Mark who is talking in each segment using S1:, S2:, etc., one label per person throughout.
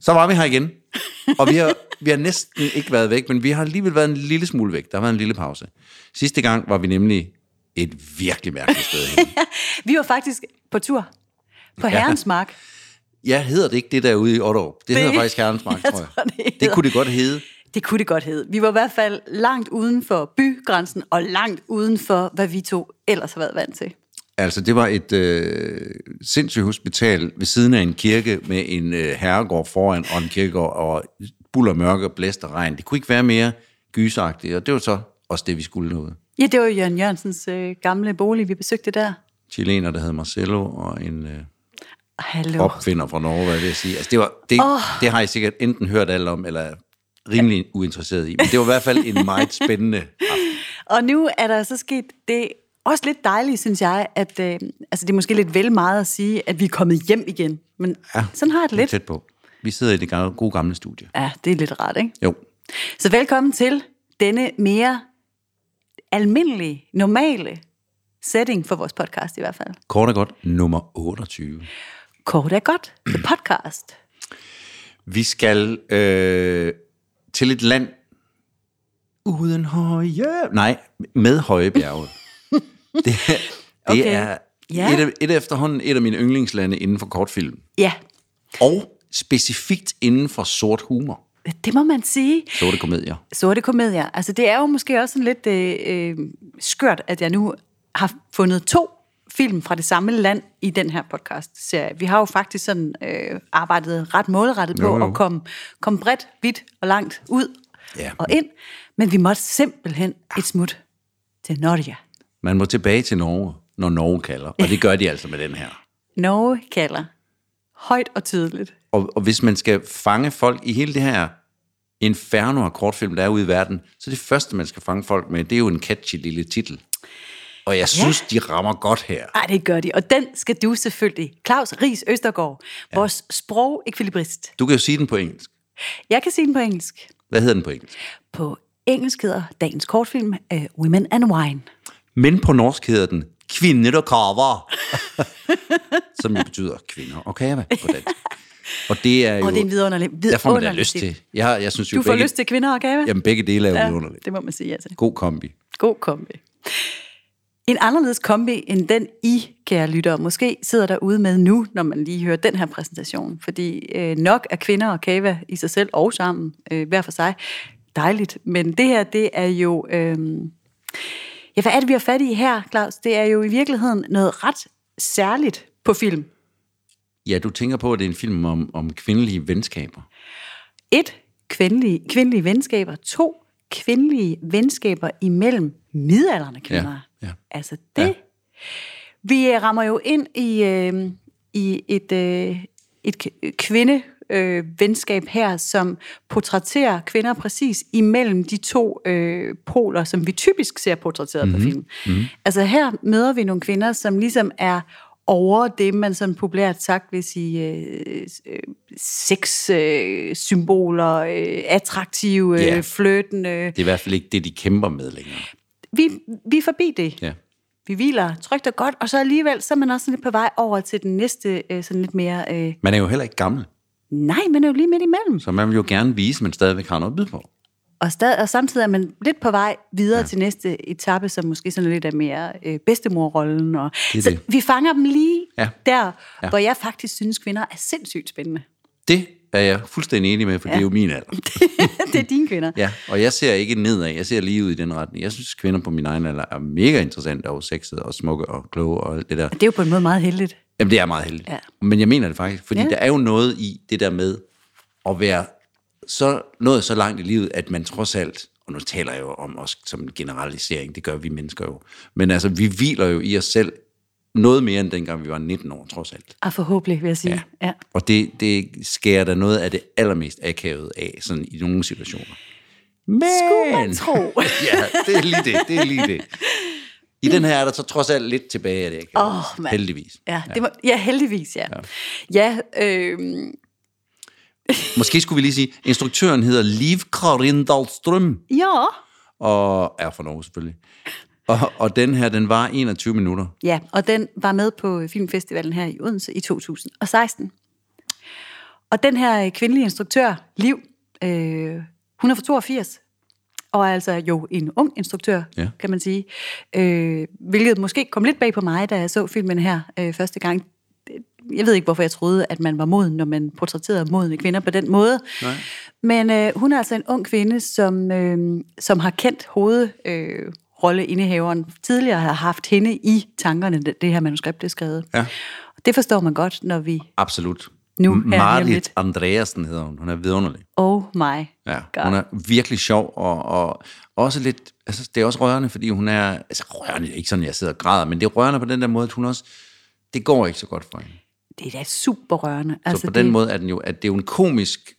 S1: Så var vi her igen. Og vi har, vi har næsten ikke været væk, men vi har alligevel været en lille smule væk. Der har været en lille pause. Sidste gang var vi nemlig et virkelig mærkeligt sted hen.
S2: Vi var faktisk på tur på Herrens Mark.
S1: Ja, hedder det ikke det der ude i Otterup? Det, det hedder faktisk Herrensmark,
S2: jeg
S1: tror jeg.
S2: tror, det
S1: det, det
S2: hedder-
S1: kunne det godt hedde.
S2: Det kunne det godt hedde. Vi var i hvert fald langt uden for bygrænsen, og langt uden for, hvad vi to ellers har været vant til.
S1: Altså, det var et øh, sindssygt hospital ved siden af en kirke med en øh, herregård foran og en kirkegård og buller mørke og blæst og regn. Det kunne ikke være mere gysagtigt, og det var så også det, vi skulle derude.
S2: Ja, det var jo Jørgen Jørgensens øh, gamle bolig, vi besøgte der.
S1: Chilener, der hed Marcelo, og en øh,
S2: Hallo.
S1: opfinder fra Norge, hvad vil jeg sige. Altså, det, var, det, oh. det har I sikkert enten hørt alt om, eller er rimelig uinteresseret i. Men det var i hvert fald en meget spændende aften.
S2: Og nu er der så sket det også lidt dejligt, synes jeg, at øh, altså det er måske lidt vel meget at sige, at vi er kommet hjem igen. Men ja, sådan har jeg det
S1: Vi er
S2: lidt.
S1: Tæt på. Vi sidder i det gamle- gode gamle studie.
S2: Ja, det er lidt rart, ikke?
S1: Jo,
S2: Så velkommen til denne mere almindelige, normale setting for vores podcast i hvert fald.
S1: kort og godt nummer 28.
S2: Kort er godt. The podcast.
S1: Vi skal øh, til et land uden høje... Nej, med høje bjerge. det det
S2: Okay.
S1: er
S2: Ja.
S1: et, af, et af efterhånden et af mine yndlingslande inden for kortfilm.
S2: Ja,
S1: Og specifikt inden for sort humor.
S2: det må man sige.
S1: Sorte komedier.
S2: Sorte komedier. Altså, det er jo måske også sådan lidt øh, øh, skørt, at jeg nu har fundet to film fra det samme land i den her podcast-serie. Vi har jo faktisk sådan øh, arbejdet ret målrettet på
S1: Jo, jo.
S2: at komme, komme bredt, vidt og langt ud
S1: Ja. Ah.
S2: og ind. Men vi måtte simpelthen et smut til Norge.
S1: Man må tilbage til Norge, når Norge kalder. Og det gør de altså med den her.
S2: Norge kalder. Højt og tydeligt.
S1: Og, og hvis man skal fange folk i hele det her inferno af kortfilm, der er ude i verden, så det første, man skal fange folk med, det er jo en catchy lille titel. Og jeg ja. synes, de rammer godt her.
S2: Ej, det gør de. Og den skal du selvfølgelig. Claus Ries Østergaard, ja. vores sprogekvilibrist.
S1: Du kan jo sige den på engelsk.
S2: Jeg kan sige den på engelsk.
S1: Hvad hedder den på engelsk?
S2: På engelsk hedder dagens kortfilm uh, Women and Wine.
S1: Men på norsk hedder den Kvinde, der kaver. Som jo betyder kvinder og kave på dansk. Og det er jo...
S2: Og det er en vidunderlig, vidunderlig
S1: der får man da lyst
S2: titel.
S1: til. Jeg, har- jeg synes jo
S2: Du får
S1: begge,
S2: lyst til kvinder og kage?
S1: Jamen begge dele er jo ja. underligt.
S2: det må man sige, altså.
S1: God kombi.
S2: God kombi. En anderledes kombi end den I, kære lyttere, måske sidder derude med nu, når man lige hører den her præsentation. Fordi øh, nok er kvinder og kava i sig selv og sammen, øh, hver for sig, dejligt. Men det her, det er jo... Øh, ja, hvad er det, vi har fat i her, Claus? Det er jo i virkeligheden noget ret særligt på film.
S1: Ja, du tænker på, at det er en film om, om kvindelige venskaber.
S2: Et, kvindelige, kvindelige venskaber. To, kvindelige venskaber imellem midalderne kvinder.
S1: Ja, ja.
S2: Altså det. Ja. Vi øh, rammer jo ind i, øh, i et, øh, et k- kvinde øh, venskab her, som portrætterer kvinder præcis imellem de to øh, poler, som vi typisk ser portrætteret mm-hmm. på film. Mm-hmm. Altså her møder vi nogle kvinder, som ligesom er over det, man sådan populært sagt vil sige, øh, øh, sexsymboler, øh, symboler, øh, attraktive,
S1: Ja.
S2: yeah. fløtende.
S1: Det er i hvert fald ikke det, de kæmper med længere.
S2: Vi, vi er forbi det
S1: Ja.
S2: vi hviler trygt og godt, og så alligevel, så er man også sådan lidt på vej over til den næste, øh, sådan lidt mere, øh,
S1: Man er jo heller ikke gammel,
S2: nej, man er jo lige midt imellem.
S1: så man vil jo gerne vise, at man stadigvæk har noget at byde på.
S2: Og, stad, og samtidig er man lidt på vej videre ja. til næste etape, som måske sådan lidt er mere øh, bedstemorrollen. Og,
S1: Det er
S2: så
S1: det.
S2: vi fanger dem lige
S1: Ja.
S2: ja. der,
S1: Ja.
S2: ja. hvor jeg faktisk synes, kvinder er sindssygt spændende.
S1: Det er jeg fuldstændig enig med, for ja. det er jo min alder.
S2: det er dine kvinder.
S1: Ja, og jeg ser ikke nedad, jeg ser lige ud i den retning. Jeg synes, kvinder på min egen alder er mega interessante og sexede og smukke og kloge og alt det der.
S2: Det er jo på en måde meget heldigt.
S1: Jamen, det er meget heldigt.
S2: Ja.
S1: Men jeg mener det faktisk, fordi ja.
S2: Ja.
S1: der er jo noget i det der med at være så, nået så langt i livet, at man trods alt, og nu taler jeg jo om os som en generalisering, det gør vi mennesker jo, men altså, vi hviler jo i os selv noget mere end dengang vi var 19 år, trods alt.
S2: Og forhåbentlig, vil jeg sige. Ja. Ja.
S1: Og det, det skærer da noget af det allermest akavet af, sådan i nogle situationer. Men...
S2: Skulle man tro.
S1: ja, det er lige det, det er lige det. I den her er der så trods alt lidt tilbage af det, akavet.
S2: Åh, mand.
S1: heldigvis.
S2: Ja, det må, ja, heldigvis, ja. Ja, ja øh,
S1: Måske skulle vi lige sige, instruktøren hedder Liv Karin Dahlstrøm,
S2: ja.
S1: og er fra Norge selvfølgelig. Og, og den her, den var 21 minutter.
S2: Ja, øh, og den var med på filmfestivalen her i Odense i 2016. Og den her øh, kvindelige instruktør, Liv, øh, hun er fra 82, og er altså jo en ung instruktør,
S1: Ja.
S2: ja. kan man sige. Øh, hvilket måske kom lidt bag på mig, da jeg så filmen her øh, første gang. Jeg ved ikke, hvorfor jeg troede, at man var moden, når man portrætterede modne kvinder på den måde. Nej. Men øh, hun er altså en ung kvinde, som, øh, som har kendt hovedrolleindehaveren øh, rolleindehaveren tidligere, har haft hende i tankerne, det, det her manuskript er skrevet.
S1: Ja.
S2: Og det forstår man godt, når vi...
S1: Absolut.
S2: Nu, her, lige om
S1: Marlit
S2: lidt.
S1: Andreasen hedder hun. Hun er vidunderlig.
S2: Oh my
S1: Ja,
S2: god.
S1: hun er virkelig sjov, og, og også lidt, altså det er også rørende, fordi hun er, altså rørende, det er ikke sådan, jeg sidder og græder, men det er rørende på den der måde, at hun også, det går ikke så godt for hende.
S2: Det er da super rørende.
S1: Altså, så på
S2: det,
S1: den måde er den jo, at det er jo en komisk,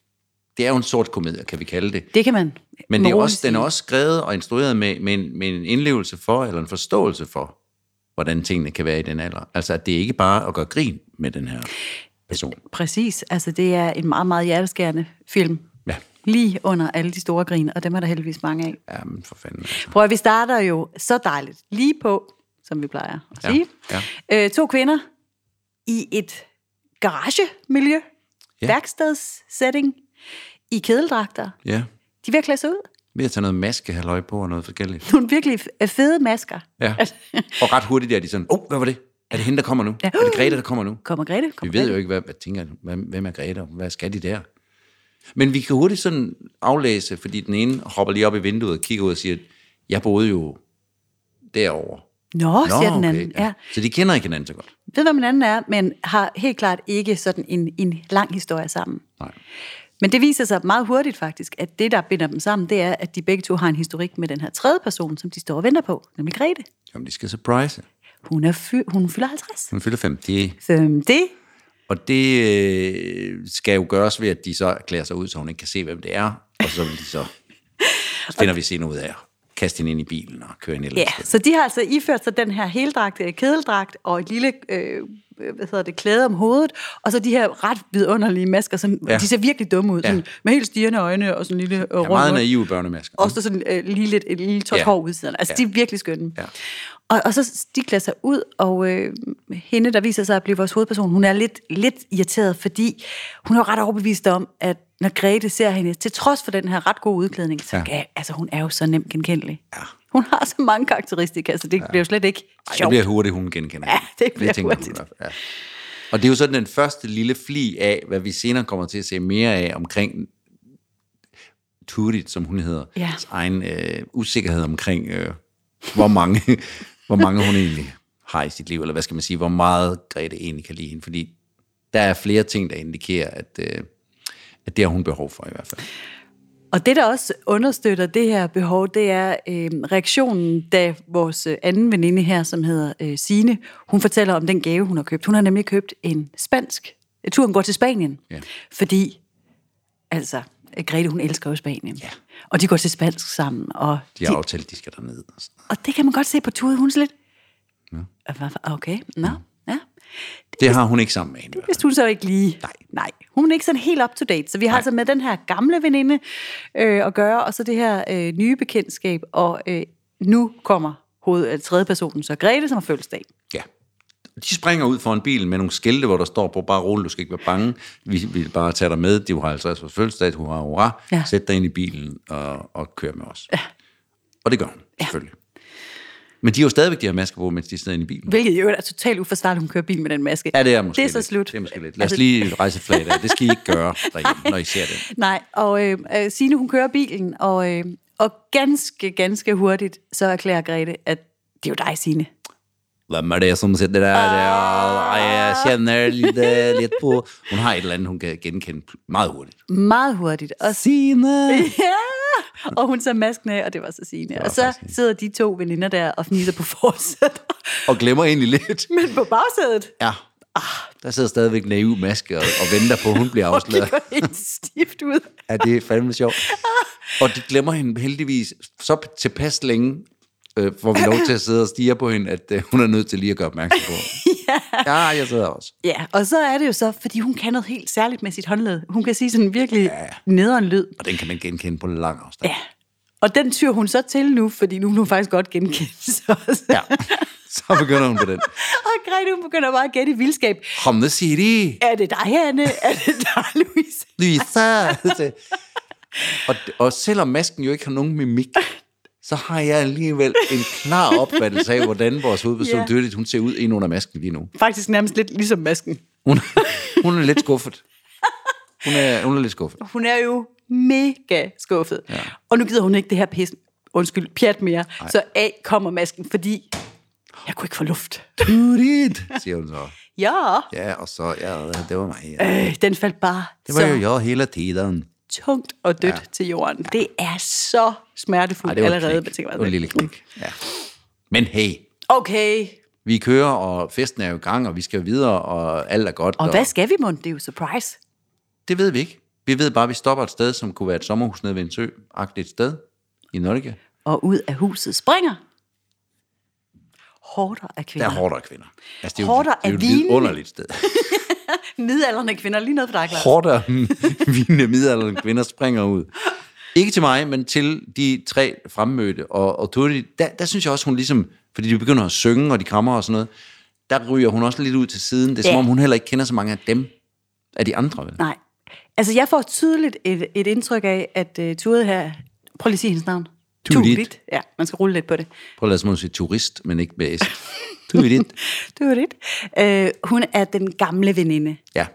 S1: det er jo en sort komedie, kan vi kalde det.
S2: Det kan man.
S1: Men
S2: med
S1: det er
S2: roligt
S1: også, den er
S2: sige.
S1: også skrevet og instrueret med, med, en, med en indlevelse for, eller en forståelse for, hvordan tingene kan være i den alder. Altså, at det er ikke bare at gøre grin med den her person.
S2: Præcis. Altså, det er en meget, meget hjerteskærende film.
S1: Ja,
S2: Lige under alle de store grin, og dem er der heldigvis mange af.
S1: ja men for fanden. Altså.
S2: Prøv at vi starter jo så dejligt lige på, som vi plejer at
S1: Ja,
S2: sige.
S1: ja.
S2: Øh, to kvinder i et garagemiljø,
S1: Ja.
S2: ja. værkstedssetting, i kedeldragter.
S1: Ja,
S2: De er ved at klæde sig ud.
S1: ved at tage noget maske, halvøj på og noget forskelligt.
S2: Nogle virkelig f- fede masker.
S1: Ja. Og ret hurtigt er de sådan, åh, oh, hvad var det? Er det hende, der kommer nu? Ja.
S2: Ja.
S1: Er det Grete, der kommer nu?
S2: Kommer Grete? Kommer
S1: Vi ved
S2: Grete?
S1: jo ikke, hvad, hvad tænker, hvad, hvem er Grete, og hvad skal de der? Men vi kan hurtigt sådan aflæse, fordi den ene hopper lige op i vinduet og kigger ud og siger, jeg boede jo derovre.
S2: Nå, siger den anden. Okay, ja. Ja.
S1: Så de kender ikke hinanden så godt.
S2: Ved, hvad man anden er, men har helt klart ikke sådan en, en lang historie sammen.
S1: Nej.
S2: Men det viser sig meget hurtigt faktisk, at det, der binder dem sammen, det er, at de begge to har en historik med den her tredje person, som de står og venter på, nemlig Grete.
S1: Jamen, de skal surprise.
S2: Hun, er fy- hun fylder 50.
S1: Hun fylder 50.
S2: Så øhm, det,
S1: Og det øh, skal jo gøres ved, at de så klæder sig ud, så hun ikke kan se, hvem det er. Og så vil de så, så finder vi senere ud af at kaste hende ind i bilen og køre hende et eller andet
S2: ja. Så de har altså iført sig den her heldragt, øh, kedeldragt og et lille, øh, hvad hedder det, klæde om hovedet, og så de her ret vidunderlige masker, som
S1: Ja.
S2: ja. de ser virkelig dumme ud,
S1: Ja.
S2: ja. sådan, med helt stirrende øjne og sådan en lille øh,
S1: Ja, meget
S2: mund.
S1: naive børnemasker.
S2: Og så sådan øh, lige lidt, et lille tot
S1: Ja.
S2: ja. hår udsiderne. Altså,
S1: Ja.
S2: ja. de er virkelig skønne.
S1: Ja.
S2: Og, og så de klæder sig ud, og øh, hende, der viser sig at blive vores hovedperson, hun er lidt, lidt irriteret, fordi hun er jo ret overbevist om, at når Grete ser hende, til trods for den her ret gode udklædning, så
S1: Ja.
S2: ja. Ja, altså, hun er jo så nemt genkendelig. Ja. Hun har så mange karakteristika, så det ja. bliver jo slet ikke
S1: Ej, det
S2: sjovt.
S1: bliver hurtigt, hun genkender.
S2: Ja, det bliver
S1: tænker hun
S2: hurtigt.
S1: i hvert fald, Ja. Og det er jo sådan den første lille fli af, hvad vi senere kommer til at se mere af omkring Turit, som hun hedder,
S2: Ja.
S1: egen øh, usikkerhed omkring, øh, hvor, mange, hvor mange hun egentlig har i sit liv, eller hvad skal man sige, hvor meget Grete egentlig kan lide hende, fordi der er flere ting, der indikerer, at, øh, at det har hun behov for i hvert fald.
S2: Og det, der også understøtter det her behov, det er øh, reaktionen, da vores øh, anden veninde her, som hedder øh, Sine, hun fortæller om den gave, hun har købt. Hun har nemlig købt en spansk. øh, Turen går til Spanien.
S1: Ja.
S2: Fordi, altså, øh, Grete, hun elsker jo Spanien. Ja. Og de går til spansk sammen. Og,
S1: De har aftalt, at de skal derned. og sådan noget.
S2: og det kan man godt se på Tude, hun er sådan lidt... Ja. Okay, nå, ja.
S1: Det har hun ikke sammen med hende. i hvert fald.
S2: Hvis hun så ikke lige... Nej. Nej, hun er ikke sådan helt up to date. Så vi har altså med den her gamle veninde øh, at gøre, og så det her øh, nye bekendtskab. Og øh, nu kommer hoved, øh, tredje personen, så Grete, som har fødselsdag.
S1: Ja. De springer ud foran bilen med nogle skilte, hvor der står på bare rolig, du skal ikke være bange. Vi vil bare tage dig med. Du har 50 års fødselsdag, hurra, hurra. Ja.
S2: Ja.
S1: Sæt dig ind i bilen og, og kør med os. Ja. Og det gør hun, selvfølgelig. Men de har jo stadigvæk de her masker på, mens de sidder inde i bilen.
S2: Hvilket jo er totalt uforsvarligt, hun kører bil med den maske.
S1: Ja, det er måske
S2: Det er så
S1: lidt.
S2: slut. Altså-
S1: Det er måske lidt. Lad os lige rejse et flag der. Det skal I ikke gøre derhjemme, når I ser det.
S2: Nej, og øh, øh, Signe, hun kører bilen, og, øh, og ganske, ganske hurtigt, så erklærer Grete, at det er jo dig, Signe.
S1: Hvem er det, som sitter der?
S2: Ah.
S1: Ja, jeg kender lidt, øh, lidt på... Hun har et eller andet, hun kan genkende meget hurtigt.
S2: Meget hurtigt. Og
S1: Signe!
S2: Ja! Og hun tager masken af, og det var så Signe. Og så sidder de to veninder der og fniser på forsædet.
S1: Og glemmer egentlig lidt.
S2: Men på bagsædet,
S1: Ja. Ah, Der sidder stadigvæk naiv maske og, og venter på, at hun bliver
S2: og
S1: afsløret.
S2: kigger helt stift ud.
S1: Ja, det er fandme sjovt. Og de glemmer hende heldigvis så tilpas længe, øh, får vi lov til at sidde og stige på hende, at øh, hun er nødt til lige at gøre opmærksom på. ja. ja, jeg sidder også.
S2: Ja, og så er det jo så, fordi hun kan noget helt særligt med sit håndled. Hun kan sige sådan virkelig ja. nederen lyd.
S1: Og den kan man genkende på lang afstand.
S2: Ja. Og den tyr hun så til nu, fordi nu vil hun faktisk godt genkende sig også.
S1: Ja. Så begynder hun på den.
S2: Og Grete, hun begynder bare at gætte i vildskab.
S1: From the city,
S2: Er det dig, Anne? Er det dig, Louise?
S1: Lisa. og, og selvom masken jo ikke har nogen mimik, så har jeg alligevel en klar opfattelse af, hvordan vores hovedperson
S2: Ja.
S1: yeah. Dyrligt, hun ser ud ind under masken lige nu.
S2: Faktisk nærmest lidt ligesom masken.
S1: Hun, hun er lidt skuffet. Hun er, hun er lidt skuffet.
S2: Hun er jo mega skuffet. Ja. Og nu gider hun ikke det her pis, undskyld, pjat mere. Ej. Så af kommer masken, fordi jeg kunne ikke få luft.
S1: Dyrligt, siger hun så.
S2: Ja,
S1: Ja, og så, ja, det var mig. Ja.
S2: øh, den faldt bare
S1: Det var
S2: så
S1: jo jeg hele tiden.
S2: tungt og dødt ja. til jorden. Det er så
S1: Ej,
S2: smertefuldt
S1: det var et
S2: allerede.
S1: knæk.
S2: man tænker bare,
S1: Det var en lille knæk. Ja. Men hey,
S2: Okay,
S1: vi kører, og festen er jo i gang, og vi skal videre, og alt er godt.
S2: og hvad skal vi, mon? Det er jo surprise.
S1: Det ved vi ikke. Vi ved bare, at vi stopper et sted, som kunne være et sommerhus nede ved en sø-agtigt sted i Norge.
S2: Og ud af huset springer. Hårder af
S1: Der
S2: kvinder.
S1: er hårdere kvinder. Altså, det er
S2: Horder
S1: jo,
S2: af
S1: det er jo et
S2: vine.
S1: underligt sted.
S2: Midalderne kvinder, lige noget for dig, Klaus.
S1: Hårdere vine midalderne kvinder springer ud. Ikke til mig, men til de tre fremmødte. Og, og Tutti, der, der synes jeg også, hun ligesom... Fordi de begynder at synge, og de krammer og sådan noget. Der ryger hun også lidt ud til siden. Det er som
S2: Ja.
S1: om, hun heller ikke kender så mange af dem. Af de andre, vel?
S2: Nej. Altså, jeg får tydeligt et, et indtryk af, at uh, Turet her... Prøv lige at sige hendes navn.
S1: Turid.
S2: Ja, man skal rulle lidt på det.
S1: Prøv at lade som om du siger turist, men ikke med S. Tutti.
S2: Turit. Uh, hun er den gamle veninde.
S1: Ja,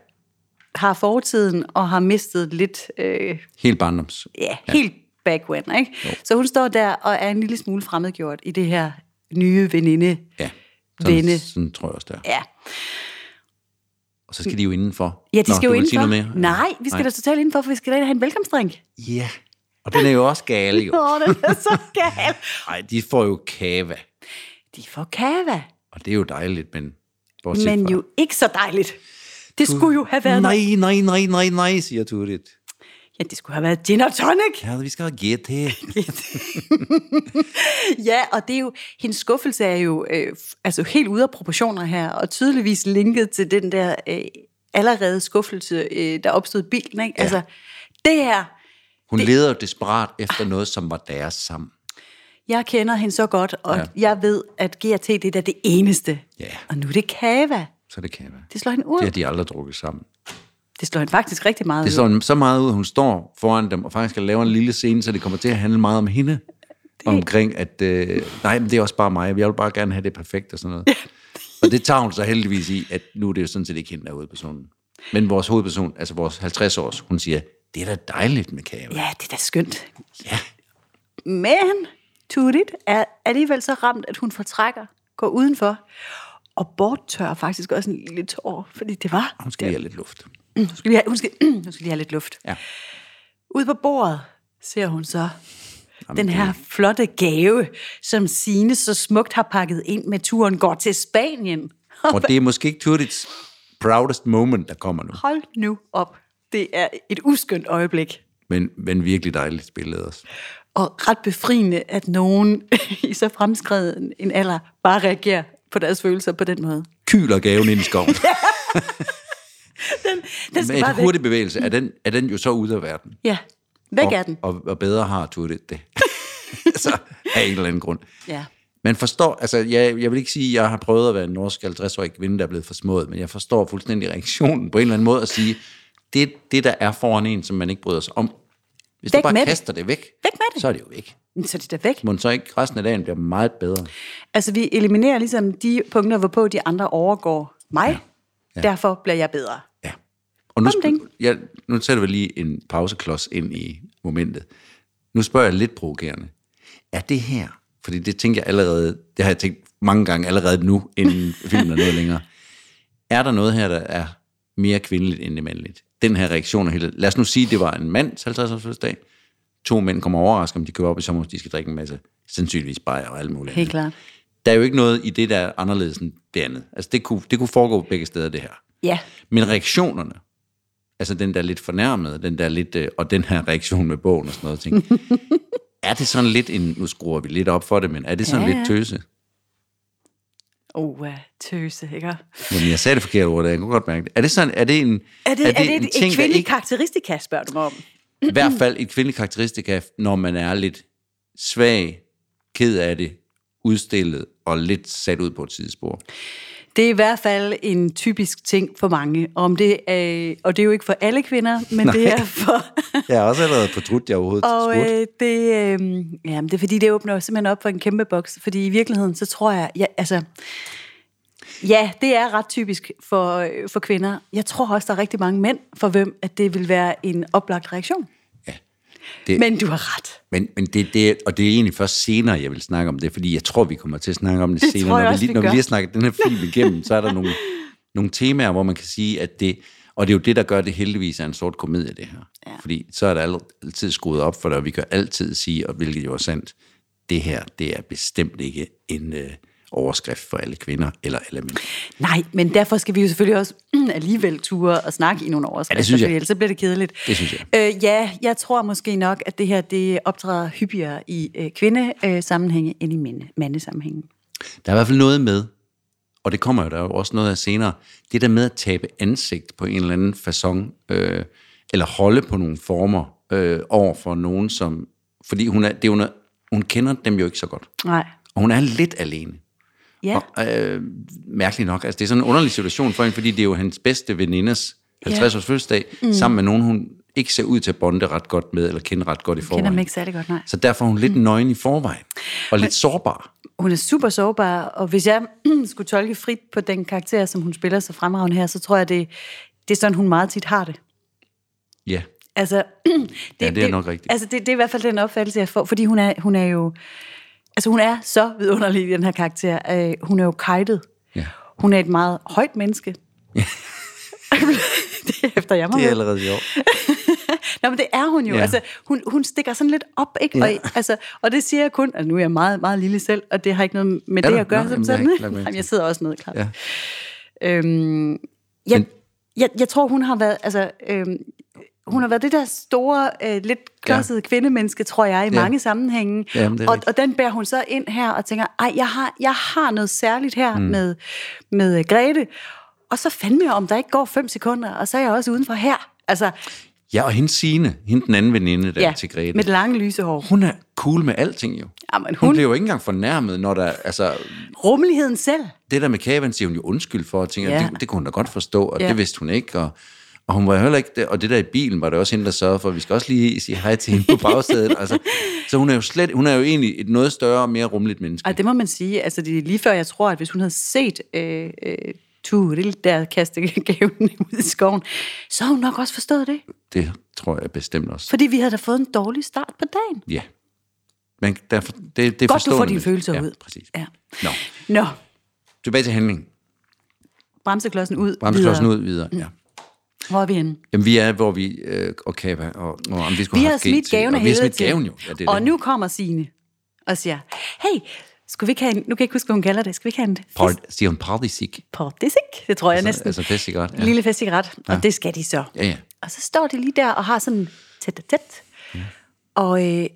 S2: Har fortiden og har mistet lidt... Øh,
S1: helt barndoms.
S2: ja, helt back when, ikke? Jo. Så hun står der og er en lille smule fremmedgjort i det her nye veninde.
S1: Ja,
S2: Vende.
S1: sådan, sådan tror jeg også, det er.
S2: Ja.
S1: Og så skal de jo indenfor.
S2: Ja, de Nå, skal
S1: du
S2: jo
S1: vil sige
S2: indenfor.
S1: Noget mere?
S2: Nej, vi skal da totalt indenfor, for vi skal da ind og have en velkomstdrink.
S1: Ja, og den er jo også gal, jo.
S2: Åh, den er så gal.
S1: Nej, de får jo kava,
S2: De får kava,
S1: og det er jo dejligt, men... bortset
S2: men
S1: fra-
S2: jo ikke så dejligt. Det skulle jo have været...
S1: Nej, nej, nej, nej, nej, siger Turit.
S2: Ja, det skulle have været gin og tonic.
S1: Ja, vi skal have GT.
S2: Ja, og det er jo, hendes skuffelse er jo øh, f- altså helt ude af proportioner her, og tydeligvis linket til den der øh, allerede skuffelse, øh, der opstod i bilen. Ikke? Ja. Altså, det her,
S1: Hun leder jo desperat efter noget, som var deres sammen.
S2: jeg kender hende så godt, og ja. jeg ved, at GRT det er da det eneste.
S1: Ja.
S2: Og nu er det kava.
S1: Så det kava.
S2: Det slår hende ud.
S1: Det har
S2: Det,
S1: de aldrig drukket sammen.
S2: det slår hende faktisk rigtig meget
S1: Det
S2: ud.
S1: slår hende så meget ud, at hun står foran dem og faktisk skal lave en lille scene, så det kommer til at handle meget om hende. Det... Omkring, at øh, nej, men det er også bare mig. Jeg vil bare gerne have det perfekt og sådan noget. og det tager hun så heldigvis i, at nu er det jo sådan set ikke hende, der er hovedpersonen. Men vores hovedperson, altså vores 50-års, hun siger, det er da dejligt med kage. Ja.
S2: Ja, det er da skønt.
S1: ja.
S2: Men Judith er alligevel så ramt, at hun fortrækker, går udenfor og borttørrer faktisk også en lille tår, fordi det var...
S1: Hun skal lige have lidt luft.
S2: Mm, Hun skal lige have, hun skal, hun skal lige have lidt luft.
S1: Ja.
S2: Ude på bordet ser hun så den her flotte gave, som Sine så smukt har pakket ind med turen går til Spanien.
S1: Og det er måske ikke Turits proudest moment, der kommer nu,
S2: Hold nu op. Det er et uskyndt øjeblik.
S1: men, men virkelig dejligt billede også.
S2: Og ret befriende, at nogen i så fremskreden en alder bare reagerer på deres følelser på den måde.
S1: Kyler gaven ind i skoven.
S2: Den
S1: Med
S2: skal bare
S1: en
S2: væk.
S1: hurtig bevægelse er den, er den jo så ude af verden.
S2: Ja, væk er
S1: og,
S2: den.
S1: Og, og bedre har Tutte det. så af en eller anden grund.
S2: Ja.
S1: Man forstår, altså jeg, jeg vil ikke sige, at jeg har prøvet at være en norsk 50-årig kvinde, der er blevet forsmået, men jeg forstår fuldstændig reaktionen på en eller anden måde at sige, det, det der er foran en, som man ikke bryder sig om, hvis
S2: Væk
S1: du
S2: med
S1: bare
S2: det.
S1: kaster det, væk,
S2: Væk med det.
S1: så er det jo væk.
S2: Men Så er det da væk.
S1: Må den så ikke resten af dagen bliver meget bedre.
S2: Altså, vi eliminerer ligesom de punkter, hvorpå de andre overgår mig. Ja. Ja. Derfor bliver jeg bedre.
S1: Ja. Og nu,
S2: Bom, ding.
S1: sp- ja, nu sætter vi lige en pauseklods ind i momentet. Nu spørger jeg lidt provokerende. Er det her, fordi det tænker jeg allerede, det har jeg tænkt mange gange allerede nu, inden filmen er noget længere. Er der noget her, der er mere kvindeligt end det mandligt? Den her reaktion er helt... Lad os nu sige, det var en mands 50 års fødselsdag. To mænd kommer overrasket, om de køber op i sommerhus, de skal drikke en masse, sandsynligvis bare og alt muligt.
S2: Helt
S1: andet.
S2: klart.
S1: Der er jo ikke noget i det, der er anderledes end det andet. Altså, det kunne, det kunne foregå begge steder, det her.
S2: Ja.
S1: Men reaktionerne, altså den der lidt fornærmede, den der lidt, øh, og den her reaktion med bogen og sådan noget ting, er det sådan lidt en, nu skruer vi lidt op for det, men er det sådan
S2: Ja,
S1: ja,
S2: ja.
S1: lidt tøse?
S2: Oh, uh, tøse, ikke?
S1: Jamen, jeg sagde det forkerte ord, jeg kunne godt mærke det. Er det sådan, er det en,
S2: Er det, er det, er det
S1: en
S2: et, et
S1: ting, der
S2: kvindeligt
S1: ikke,
S2: karakteristika, spørger du mig om?
S1: i hvert fald et kvindeligt karakteristika, når man er lidt svag, ked af det, udstillet og lidt sat ud på et sidespor.
S2: Det er i hvert fald en typisk ting for mange. Om det er, og det er jo ikke for alle kvinder, men Nej. det er for...
S1: jeg har også allerede fortrudt, jeg overhovedet
S2: og
S1: spurgte.
S2: øh, det, øh, jamen, det er fordi, det åbner simpelthen op for en kæmpe boks. Fordi i virkeligheden, så tror jeg... Ja, altså, ja det er ret typisk for, øh, for kvinder. Jeg tror også, der er rigtig mange mænd, for hvem at det vil være en oplagt reaktion.
S1: Det-
S2: Det. Men du har ret.
S1: Men, men det, det, og det er egentlig først senere, jeg vil snakke om det, fordi jeg tror, vi kommer til at snakke om det,
S2: Det
S1: senere.
S2: tror jeg
S1: når
S2: også,
S1: vi,
S2: vi
S1: lige, når vi
S2: gør.
S1: lige har snakket den her film igennem, så er der nogle, nogle temaer, hvor man kan sige, at det... Og det er jo det, der gør det heldigvis er en sort komedie, det her. Ja. Fordi så er der altid skruet op for det, og vi kan altid sige, og hvilket jo er sandt, det her, det er bestemt ikke en øh, overskrift for alle kvinder eller alle mænd.
S2: Nej, men derfor skal vi jo selvfølgelig også alligevel ture og snakke i nogle
S1: Ja, det
S2: overskrifter,
S1: synes jeg.
S2: for ellers så bliver det kedeligt.
S1: Det synes jeg.
S2: Øh, ja, jeg tror måske nok, at det her det optræder hyppigere i øh, kvindesammenhænge øh, end i minde, mandesammenhænge.
S1: Der er i hvert fald noget med, og det kommer jo der er jo også noget af senere, det der med at tabe ansigt på en eller anden façon, øh, eller holde på nogle former øh, over for nogen, som... Fordi hun, er, det er, hun, er, hun kender dem jo ikke så godt,
S2: Nej.
S1: og hun er lidt alene.
S2: Ja.
S1: Øh, mærkeligt nok. Altså, det er sådan en underlig situation for hende, fordi det er jo hendes bedste venindes 50-års fødselsdag, mm. sammen med nogen, hun ikke ser ud til at bonde ret godt med, eller kende ret godt i
S2: kender dem
S1: forvejen.
S2: ikke særlig godt, nej.
S1: Så derfor er hun lidt mm. nøgen i forvejen, og lidt sårbar.
S2: Hun er super sårbar, og hvis jeg skulle tolke frit på den karakter, som hun spiller så fremragende her, så tror jeg, det, det er sådan, hun meget tit har det.
S1: Ja,
S2: Altså, det,
S1: det er nok rigtigt.
S2: Altså, det, det er i hvert fald den opfattelse, jeg får, fordi hun er, hun er jo... Altså, hun er så vidunderlig i den her karakter. Øh, hun er jo kajtet.
S1: Ja.
S2: Hun er et meget højt menneske. det er efter jeg mig
S1: det er
S2: med.
S1: allerede i år.
S2: Nå, men det er hun jo.
S1: Ja.
S2: Ja. Altså, hun, hun stikker sådan lidt op, ikke? Ja. Og, altså, og det siger jeg kun, og nu er jeg meget, meget lille selv, og det har ikke noget med
S1: Er
S2: det
S1: du?
S2: at gøre
S1: Nå,
S2: som
S1: jamen, jeg har
S2: sådan.
S1: ikke
S2: ikke?
S1: lagt mærke
S2: Jamen,
S1: til
S2: jeg sidder også nede, klart.
S1: Ja.
S2: Øhm, jeg,
S1: Men-
S2: jeg, jeg tror, hun har været, altså, øhm, hun har været det der store, øh, lidt klodsede ja. kvindemenneske, tror jeg, i ja. mange sammenhænge.
S1: Jamen, det er
S2: og,
S1: rigtigt.
S2: og den bærer hun så ind her og tænker, ej, jeg har, jeg har noget særligt her mm. med, med øh, Grete. Og så fandme jeg, om der ikke går fem sekunder, og så er jeg også udenfor her. Altså,
S1: Ja, og hende Signe, hende den anden veninde der ja,
S2: ja,
S1: til Grete,
S2: med det lange lyse hår.
S1: hun er cool med alting jo.
S2: Jamen,
S1: Hun, hun
S2: hun-
S1: bliver jo ikke engang fornærmet, når der, altså,
S2: Rummeligheden selv.
S1: det der med kagen siger hun jo undskyld for, og tænker, ja.
S2: Ja.
S1: det, det kunne hun da godt forstå, og ja.
S2: Ja.
S1: det vidste hun ikke, og, og hun var heller ikke, det, og det der i bilen var det også hende, der sørgede for, at vi skal også lige sige hej til hende på bagsædet, altså, så hun er jo slet, hun er jo egentlig et noget større og mere rummeligt menneske.
S2: Ej, det må man sige. Altså, det er lige før, jeg tror, at hvis hun havde set øh, øh, Turil der kaste gaven ud i skoven, så havde hun nok også forstået det.
S1: Det tror jeg bestemt også.
S2: Fordi vi havde da fået en dårlig start på dagen.
S1: Ja. Men derfor, det, det er
S2: får
S1: forstående,
S2: dine
S1: men-
S2: følelser
S1: ja,
S2: ud.
S1: præcis.
S2: Ja.
S1: Nå,
S2: Nå,
S1: tilbage til handlingen.
S2: bremseklodsen ud.
S1: Bremseklodsen
S2: videre. Mm.
S1: ud videre, ja.
S2: Hvor er vi henne?
S1: Jamen, vi er, hvor vi... Øh, og Kaba, og, og, og vi skulle
S2: Vi
S1: have
S2: har
S1: haft
S2: smidt
S1: GT,
S2: gaven af
S1: og vi har
S2: helvede
S1: smidt
S2: til.
S1: gaven jo. Ja, det er
S2: og
S1: det.
S2: nu kommer Signe og siger, hey, skulle vi ikke have en, nu kan jeg ikke huske, hvad hun kalder det, skal vi ikke have en fest
S1: Part, siger hun partysik?
S2: på dessik? Det tror jeg
S1: Altså,
S2: næsten.
S1: altså festival, ja.
S2: ja. Lille festival, ja. og det skal de så.
S1: Ja, ja.
S2: Og så står de lige der og har sådan tæt og tæt. Og, øh,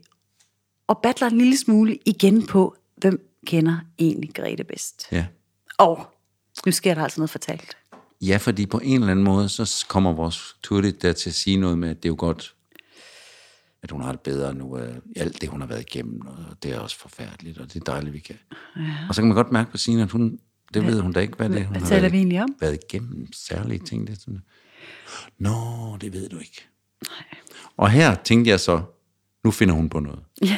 S2: og battler en lille smule igen på, hvem kender egentlig Grete bedst.
S1: Ja.
S2: Og nu sker der altså noget fortalt.
S1: ja, fordi på en eller anden måde, så kommer vores Turtit der til at sige noget med, at det er jo godt, at hun har det bedre nu. Øh, alt det, hun har været igennem, og det er også forfærdeligt, og det er dejligt, vi kan. Ja. Og så kan man godt mærke på Signe, at hun, det ved hun da ikke, hvad det er, hun
S2: Hvad
S1: har
S2: taler vi
S1: været,
S2: egentlig om?
S1: været igennem. Særlige ting, det er sådan, Nå, det ved du ikke. Nej. Og her tænkte jeg så, nu finder hun på noget.
S2: Ja.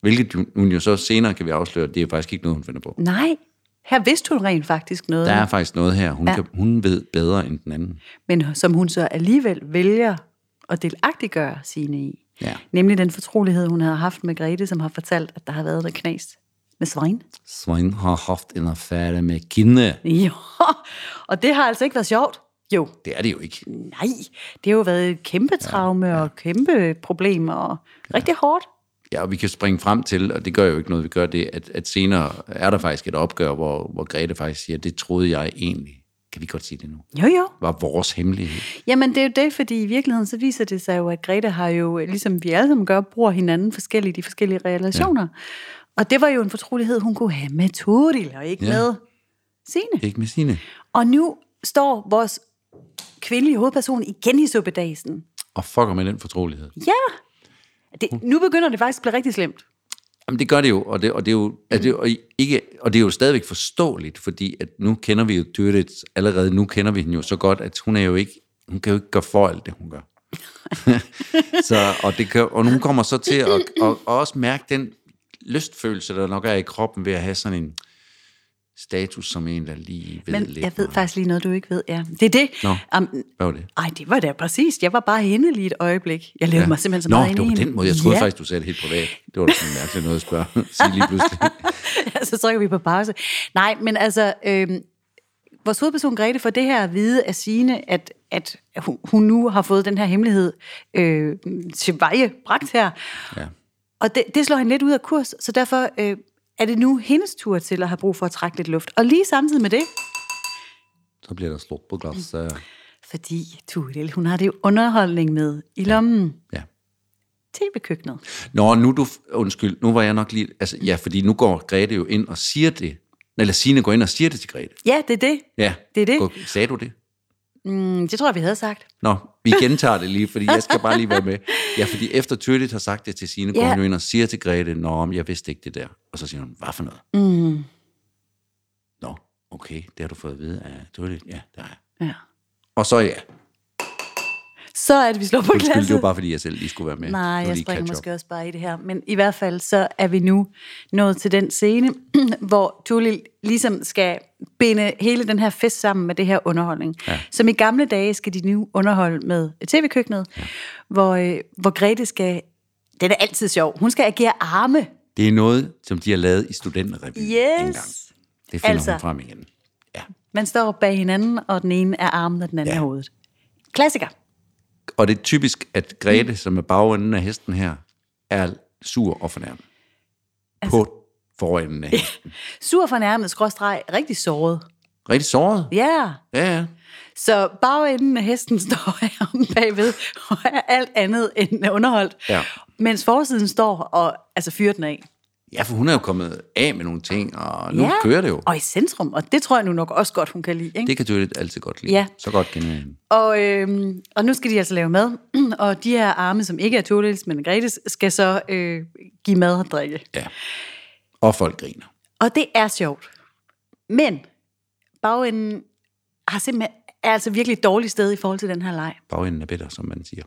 S1: Hvilket jo- hun jo så senere kan vi afsløre, det er faktisk ikke noget, hun finder på.
S2: Nej, her vidste hun rent faktisk noget,
S1: Der er faktisk noget her, hun, ja. kan, hun ved bedre end den anden.
S2: men som hun så alligevel vælger at delagtiggøre sine i.
S1: Ja.
S2: Nemlig den fortrolighed, hun har haft med Grete, som har fortalt, at der har været noget knas med Svein.
S1: Svein har haft en affære med Kinde.
S2: Jo, og det har altså ikke været sjovt. Jo,
S1: Det er det jo ikke.
S2: Nej, det har jo været et kæmpe traume ja, ja. og kæmpe problem og rigtig hårdt.
S1: Ja, og vi kan springe frem til, og det gør jo ikke noget, vi gør det, at, at senere er der faktisk et opgør, hvor, hvor Grete faktisk siger, det troede jeg egentlig, kan vi godt sige det nu,
S2: Jo, jo.
S1: var vores hemmelighed.
S2: Jamen, det er jo det, fordi i virkeligheden så viser det sig jo, at Grete har jo, ligesom vi alle sammen gør, bruger hinanden forskelligt i forskellige relationer. Ja. Og det var jo en fortrolighed, hun kunne have med Toril og ikke
S1: Ja.
S2: ja. med Signe.
S1: Ikke med sine.
S2: Og nu står vores kvindelige hovedperson igen i suppedasen.
S1: Og fucker med den fortrolighed.
S2: Ja! Det, nu begynder det faktisk at blive rigtig slemt.
S1: Jamen det gør det jo, og det, og det er jo, er det, og, ikke, og det er jo stadigvæk forståeligt, fordi at nu kender vi jo Dyrtet allerede, nu kender vi hende jo så godt, at hun er jo ikke, hun kan jo ikke gøre for alt det, hun gør. så, og, det kan, og hun kommer så til at og, og også mærke den lystfølelse, der nok er i kroppen ved at have sådan en status som en, der lige ved
S2: Men
S1: lidt.
S2: jeg ved
S1: meget.
S2: faktisk lige noget, du ikke ved. Ja. Det er det.
S1: Nå.
S2: Um,
S1: Hvad var det?
S2: ej, det var da præcis. Jeg var bare hende lige et øjeblik. Jeg lavede ja. mig simpelthen så meget ind
S1: Nå,
S2: i
S1: det var
S2: hende.
S1: den måde. Jeg troede
S2: ja.
S1: faktisk, du sagde det helt privat. Det var da sådan mærkeligt noget at spørge. Sige lige pludselig.
S2: altså, så trykker vi på pause. Nej, men altså, øh, vores hovedperson Grete får det her at vide af Signe, at, at hun- hun nu har fået den her hemmelighed øh, til veje bragt her.
S1: Ja.
S2: Og det, det slår hende lidt ud af kurs, så derfor øh, er det nu hendes tur til at have brug for at trække lidt luft. Og lige samtidig med det,
S1: Så bliver der slået på glas. Så,
S2: fordi Turil, hun har det jo underholdning med i lommen.
S1: ja.
S2: TV-køkkenet.
S1: Nå, nu du... Undskyld, nu var jeg nok lige... Altså, ja, fordi nu går Grete jo ind og siger det. Eller Signe går ind og siger det til Grete.
S2: Ja, det er det.
S1: Ja.
S2: Det er det.
S1: Gå- Sagde du det?
S2: Mm, det tror jeg, vi havde sagt.
S1: Nå, vi gentager det lige, fordi jeg skal bare lige være med. Ja, fordi efter Tyrlit har sagt det til Signe, går
S2: Ja.
S1: hun jo ind og siger til Grete, Nå, men jeg vidste ikke det der. Og så siger hun, hvad for noget?
S2: Mm,
S1: Nå, okay, det har du fået at vide af Tyrlit. Ja, det har jeg.
S2: ja.
S1: Og så ja.
S2: Så er det, vi slår på
S1: Undskyld, det
S2: glasset.
S1: var bare fordi, jeg selv lige skulle være med.
S2: Nej,
S1: Det var
S2: jeg
S1: lige
S2: springer
S1: catch up.
S2: måske også bare i det her. Men i hvert fald, så er vi nu nået til den scene, hvor Tulli ligesom skal binde hele den her fest sammen med det her underholdning. Ja. Som i gamle dage skal de nu underholde med tv-køkkenet, ja. hvor, øh, hvor Grete skal... Den er altid sjov. Hun skal agere arme.
S1: Det er noget, som de har lavet i studenterrevyen engang.
S2: Yes.
S1: Det finder altså.
S2: Altså.
S1: hun frem igen. Ja.
S2: Man står bag hinanden, og den ene er armen, og den anden
S1: Ja.
S2: ja. er hovedet. Klassiker.
S1: Og det er typisk, at Grete,
S2: Mm.
S1: som er bagenden af hesten her, er sur og fornærmet. Altså. På forenden af hesten.
S2: Sur fornærmet, skråstreg, rigtig såret.
S1: Rigtig såret.
S2: Ja. Yeah.
S1: Ja, ja.
S2: Så bagenden af hesten står om bagved og er alt andet end underholdt.
S1: Ja.
S2: Mens forsiden står og altså fyrer den af.
S1: Ja, for hun er jo kommet af med nogle ting, og nu ja. kører det jo.
S2: Og i centrum, og det tror jeg nu nok også godt, hun kan lide. Ikke?
S1: Det kan Dyrligt altid godt lide.
S2: Ja.
S1: Så godt kender jeg hende.
S2: Og, øhm, og nu skal de altså lave mad. Og de her arme, som ikke er Torils, men Gretes, skal så øh, give mad og drikke.
S1: Ja. Og folk griner.
S2: Og det er sjovt. Men bagenden har simpelthen, er altså virkelig et dårligt sted i forhold til den her leg.
S1: Bagenden er bedre, som man siger.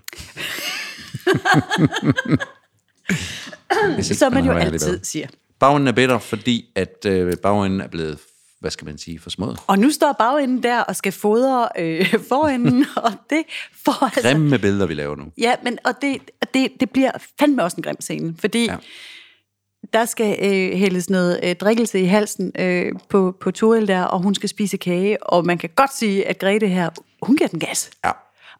S1: Hvis ikke
S2: Som man jo
S1: Altså, har været lidt
S2: altid
S1: bedre.
S2: siger.
S1: Bagenden er bedre, fordi at øh, bagenden er blevet, hvad skal man sige, for smået.
S2: Og nu står bagenden der og skal fodre øh, forenden, og det får altså...
S1: Grimme billeder, vi laver nu.
S2: Ja, men og det, og det, det bliver fandme også en grim scene, fordi
S1: Ja.
S2: ja. der skal øh, hældes noget øh, drikkelse i halsen øh, på, på Toril der, og hun skal spise kage, og man kan godt sige, at Grete her, hun giver den gas.
S1: Ja.